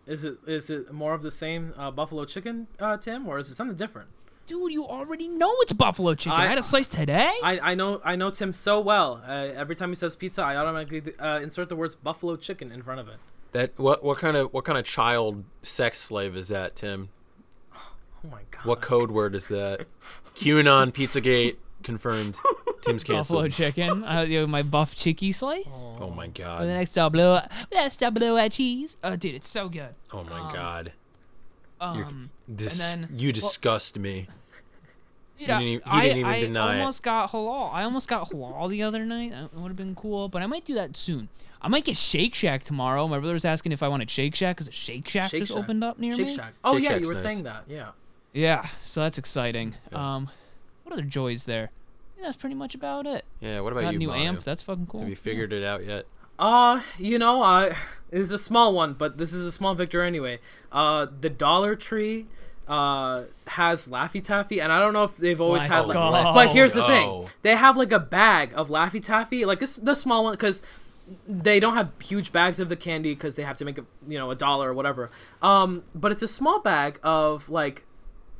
Speaker 3: Is it is it more of the same uh, buffalo chicken, uh, Tim, or is it something different?
Speaker 2: Dude, you already know it's buffalo chicken. I,
Speaker 3: I-
Speaker 2: had a slice today.
Speaker 3: I, I know I know Tim so well. Uh, every time he says pizza, I automatically uh, insert the words buffalo chicken in front of it.
Speaker 1: That what what kind of what kind of child sex slave is that, Tim?
Speaker 3: Oh my god.
Speaker 1: What code word is that? QAnon Pizzagate confirmed. Tim's
Speaker 2: buffalo
Speaker 1: canceled.
Speaker 2: chicken. I yeah, my buff chicky slice.
Speaker 1: Oh my
Speaker 2: With an
Speaker 1: god.
Speaker 2: extra blue, extra blue uh, cheese. Oh, dude, it's so good.
Speaker 1: Oh my
Speaker 2: Um,
Speaker 1: god. You're-
Speaker 2: Um,
Speaker 1: dis-
Speaker 2: then-
Speaker 1: you disgust me.
Speaker 2: You
Speaker 1: didn't even- you didn't even
Speaker 2: I,
Speaker 1: deny
Speaker 2: I
Speaker 1: it.
Speaker 2: almost got halal. I almost got halal the other night. That would have been cool, but I might do that soon. I might get Shake Shack tomorrow. My brother's asking if I wanted Shake Shack because a Shake Shack
Speaker 3: Shake
Speaker 2: just
Speaker 3: Shack.
Speaker 2: opened up near
Speaker 3: Shake
Speaker 2: me.
Speaker 3: Shack. Oh
Speaker 1: Shake
Speaker 3: yeah,
Speaker 1: Shack's
Speaker 3: you were
Speaker 1: nice.
Speaker 3: saying that. Yeah.
Speaker 2: Yeah, so that's exciting.
Speaker 1: Yeah.
Speaker 2: Um, what other joys there? Yeah, that's pretty much about it.
Speaker 1: Yeah. What about
Speaker 2: got
Speaker 1: you,
Speaker 2: a new
Speaker 1: Manu?
Speaker 2: amp. That's fucking cool.
Speaker 1: Have you
Speaker 2: Yeah.
Speaker 1: figured it out yet?
Speaker 3: Uh, you know, I it's a small one, but this is a small victory anyway. Uh, the Dollar Tree uh has Laffy Taffy, and I don't know if they've always
Speaker 2: Let's
Speaker 3: had like.
Speaker 2: go.
Speaker 3: But here's the
Speaker 1: go.
Speaker 3: thing: they have like a bag of Laffy Taffy, like this the small one, because they don't have huge bags of the candy because they have to make a you know a dollar or whatever. Um, but it's a small bag of like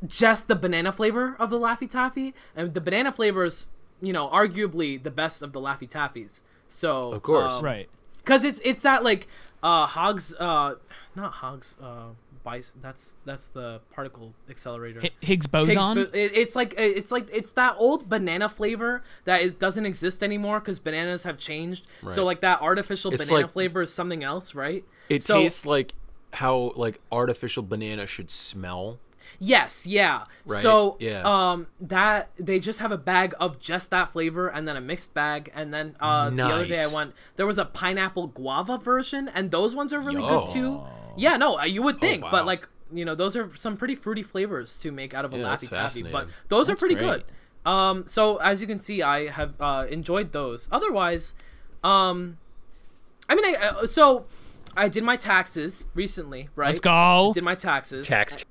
Speaker 3: just the banana flavor of the Laffy Taffy, and the banana flavor is you know arguably the best of the Laffy Taffies. So
Speaker 1: Of course.
Speaker 3: um,
Speaker 2: Right.
Speaker 3: because it's it's that like uh hogs uh not hogs uh bice that's that's the particle accelerator
Speaker 2: Hi- Higgs
Speaker 3: Higgs
Speaker 2: boson.
Speaker 3: bo- it- it's like it's like it's that old banana flavor that it doesn't exist anymore because bananas have changed so
Speaker 1: Right.
Speaker 3: like that artificial
Speaker 1: It's
Speaker 3: banana
Speaker 1: like-
Speaker 3: flavor is something else right
Speaker 1: It
Speaker 3: so,
Speaker 1: tastes like how like artificial banana should smell.
Speaker 3: Yes, yeah.
Speaker 1: Right,
Speaker 3: So
Speaker 1: yeah.
Speaker 3: um that they just have a bag of just that flavor and then a mixed bag and then uh the other day I
Speaker 1: Nice.
Speaker 3: went there was a pineapple guava version and those ones are really
Speaker 1: Yo. Oh,
Speaker 3: good too. Yeah, no, uh, you would think,
Speaker 1: wow.
Speaker 3: but like you know, those are some pretty fruity flavors to make out of a
Speaker 1: Yeah, that's
Speaker 3: Laffy Taffy, but
Speaker 1: fascinating.
Speaker 3: those are
Speaker 1: That's
Speaker 3: pretty
Speaker 1: great.
Speaker 3: good. Um, so as you can see, I have uh, enjoyed those. Otherwise, um, I mean, I, uh, so I did my taxes recently, right?
Speaker 2: Let's go.
Speaker 3: Did my taxes.
Speaker 1: Text.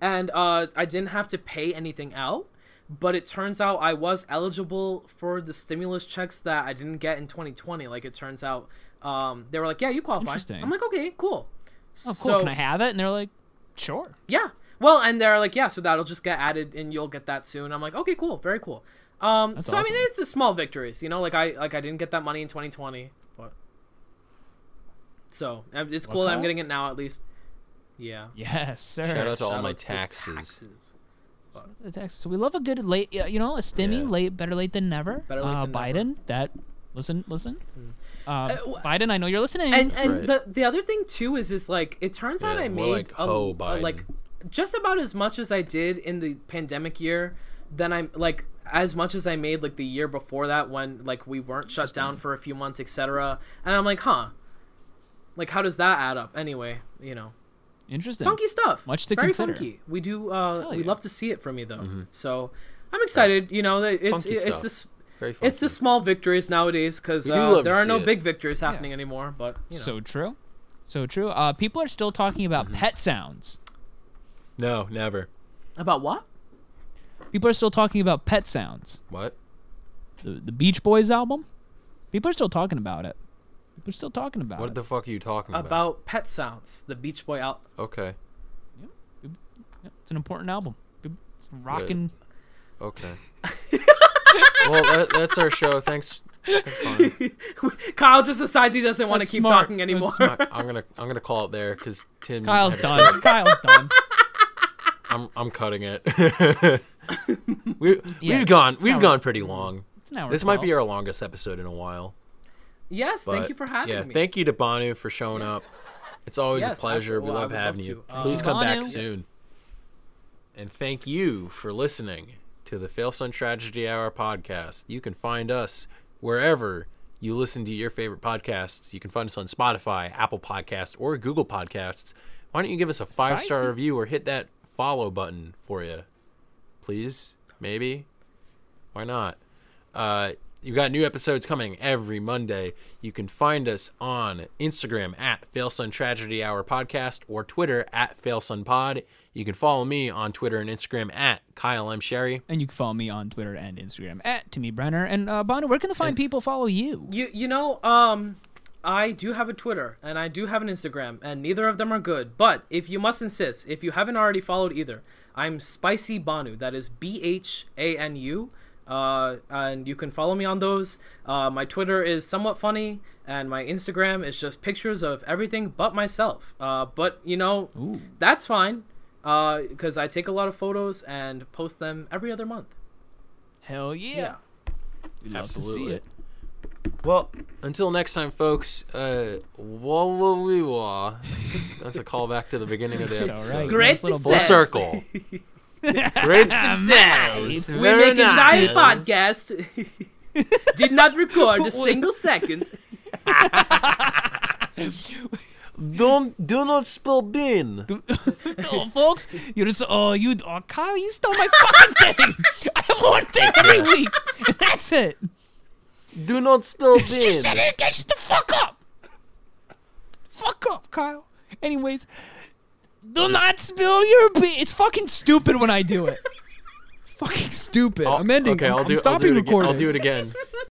Speaker 3: and uh, I didn't have to pay anything out. But it turns out I was eligible for the stimulus checks that I didn't get in 2020. Like it turns out, um, they were like, "Yeah, you qualify."
Speaker 2: Interesting.
Speaker 3: I'm like, "Okay, cool."
Speaker 2: Oh, cool. Can I have it? And they're like, sure.
Speaker 3: Yeah. Well, and they're like, yeah, so that'll just get added, and you'll get that soon. I'm like, okay, cool, very cool. Um, so I mean,
Speaker 2: awesome.
Speaker 3: it's the small victories, you know. Like I, like I didn't get that money in 2020, but so um, it's cool that I'm
Speaker 2: Wow.
Speaker 3: getting it now at least. Yeah.
Speaker 2: Yes, sir.
Speaker 1: Shout out to all
Speaker 3: Shout
Speaker 1: my
Speaker 3: out to
Speaker 1: taxes.
Speaker 3: taxes.
Speaker 2: The Texas. We love a good late, yeah, you know, a stimmy.
Speaker 1: Yeah.
Speaker 2: Late, better late than never.
Speaker 3: Better late
Speaker 2: uh,
Speaker 3: than Hmm.
Speaker 2: Biden, that. Listen, listen. Uh,
Speaker 3: wh-
Speaker 2: Biden, I know you're listening.
Speaker 3: and and
Speaker 1: right.
Speaker 3: the the other thing too is is like it turns out
Speaker 1: Yeah,
Speaker 3: I
Speaker 1: more
Speaker 3: made
Speaker 1: like
Speaker 3: a,
Speaker 1: ho
Speaker 3: a-
Speaker 1: Biden.
Speaker 3: like just about as much as I did in the pandemic year than I'm like as much as I made like the year before that when like we weren't shut down for a few months etc. And I'm like, huh, like how does that add up anyway? You know,
Speaker 2: Interesting.
Speaker 1: Hmm.
Speaker 3: funky stuff.
Speaker 2: Much to
Speaker 3: Very
Speaker 2: consider.
Speaker 3: funky. We do uh
Speaker 2: Hell
Speaker 3: we
Speaker 2: yeah.
Speaker 3: love to see it from you though. So I'm excited. You know, that it's
Speaker 1: Mm-hmm. Funky
Speaker 3: it's
Speaker 1: stuff.
Speaker 3: this.
Speaker 1: Very fun.
Speaker 3: It's the small victories nowadays because
Speaker 1: We do love
Speaker 3: uh,
Speaker 1: to
Speaker 3: there are
Speaker 1: see
Speaker 3: no
Speaker 1: it.
Speaker 3: big victories happening anymore. But you know.
Speaker 2: So true. So true. Uh, people are still talking about
Speaker 1: Mm-hmm.
Speaker 2: pet sounds.
Speaker 1: No, never.
Speaker 3: About what?
Speaker 2: People are still talking about pet sounds.
Speaker 1: What?
Speaker 2: The, the Beach Boys album. People are still talking about it. People are still talking about
Speaker 1: What
Speaker 2: it.
Speaker 1: the fuck are you talking about?
Speaker 3: About Pet Sounds, the Beach Boy out.
Speaker 1: Okay.
Speaker 2: Yeah, it's an important album. People- It's rocking.
Speaker 1: Okay. well, that, that's our show. Thanks. Thanks, Connor.
Speaker 3: Kyle just decides he doesn't want to
Speaker 2: That's
Speaker 3: keep
Speaker 2: smart.
Speaker 3: talking anymore.
Speaker 2: That's smart.
Speaker 1: I- I'm gonna I'm gonna call it there because Tim.
Speaker 2: Kyle's
Speaker 1: had a
Speaker 2: done. Kyle's done.
Speaker 1: I'm I'm cutting it. we
Speaker 2: Yeah,
Speaker 1: we've gone
Speaker 2: it's
Speaker 1: we've
Speaker 2: not-
Speaker 1: gone pretty long.
Speaker 2: It's an hour.
Speaker 1: This might be
Speaker 2: 12.
Speaker 1: our longest episode in a while.
Speaker 3: Yes,
Speaker 1: but
Speaker 3: thank you for having
Speaker 1: yeah,
Speaker 3: me.
Speaker 1: Thank you to Bonu for showing
Speaker 3: Yes.
Speaker 1: up. It's always
Speaker 3: Yes,
Speaker 1: a pleasure.
Speaker 3: absolutely.
Speaker 1: We
Speaker 3: Well, I
Speaker 1: love
Speaker 3: would love
Speaker 1: having
Speaker 3: to.
Speaker 1: you.
Speaker 3: Uh,
Speaker 1: Please come
Speaker 2: Bonu.
Speaker 1: back
Speaker 2: Yes.
Speaker 1: soon. And thank you for listening to the Fail Sun Tragedy Hour podcast. You can find us wherever you listen to your favorite podcasts. You can find us on Spotify, Apple Podcasts, or Google Podcasts. Why don't you give us a five star
Speaker 2: Spicy.
Speaker 1: review or hit that follow button for you? Please? Maybe? Why not? Uh, you've got new episodes coming every Monday. You can find us on Instagram at Failsun Tragedy Hour Podcast or Twitter at Failsun Pod. You can follow me on Twitter and Instagram at Kyle M. Sherry.
Speaker 2: And you can follow me on Twitter and Instagram at Timmy Brenner. And uh, Bono, where can the fine people follow you?
Speaker 3: You you know um, I do have a Twitter and I do have an Instagram and neither of them are good. But if you must insist, if you haven't already followed either, I'm Spicy Banu. That is B H A N U. Uh, and you can follow me on those. Uh, my Twitter is somewhat funny, and my Instagram is just pictures of everything but myself. Uh, but you know, that's fine, because I take a lot of photos and post them every other month.
Speaker 2: Hell yeah. We'd love to see
Speaker 1: Absolutely.
Speaker 2: it.
Speaker 1: Well, until next time, folks. Uh, wah wah wee wah. That's a callback to the beginning of the
Speaker 2: It's all
Speaker 1: episode.
Speaker 2: right.
Speaker 3: Great
Speaker 2: Nice little
Speaker 1: Full
Speaker 3: success.
Speaker 1: circle. Great success.
Speaker 3: We
Speaker 1: Very
Speaker 3: make a giant
Speaker 1: nice.
Speaker 3: podcast. Did not record a single second.
Speaker 1: Don't do not spill bean.
Speaker 2: oh, folks, you're so. Oh, you. Oh, Kyle, you stole my fucking thing. I have one thing every week, and that's it.
Speaker 1: Do not spill
Speaker 2: You
Speaker 1: bean.
Speaker 2: said it. Get shut the fuck up. Fuck up, Kyle. Anyways, do not spill your beer. It's fucking stupid when I do it. It's fucking stupid.
Speaker 1: I'll-
Speaker 2: I'm ending.
Speaker 1: Okay,
Speaker 2: I'm,
Speaker 1: will
Speaker 2: I'm
Speaker 1: do. I'll do
Speaker 2: stopping
Speaker 1: it again.
Speaker 2: recording.
Speaker 1: I'll do it again.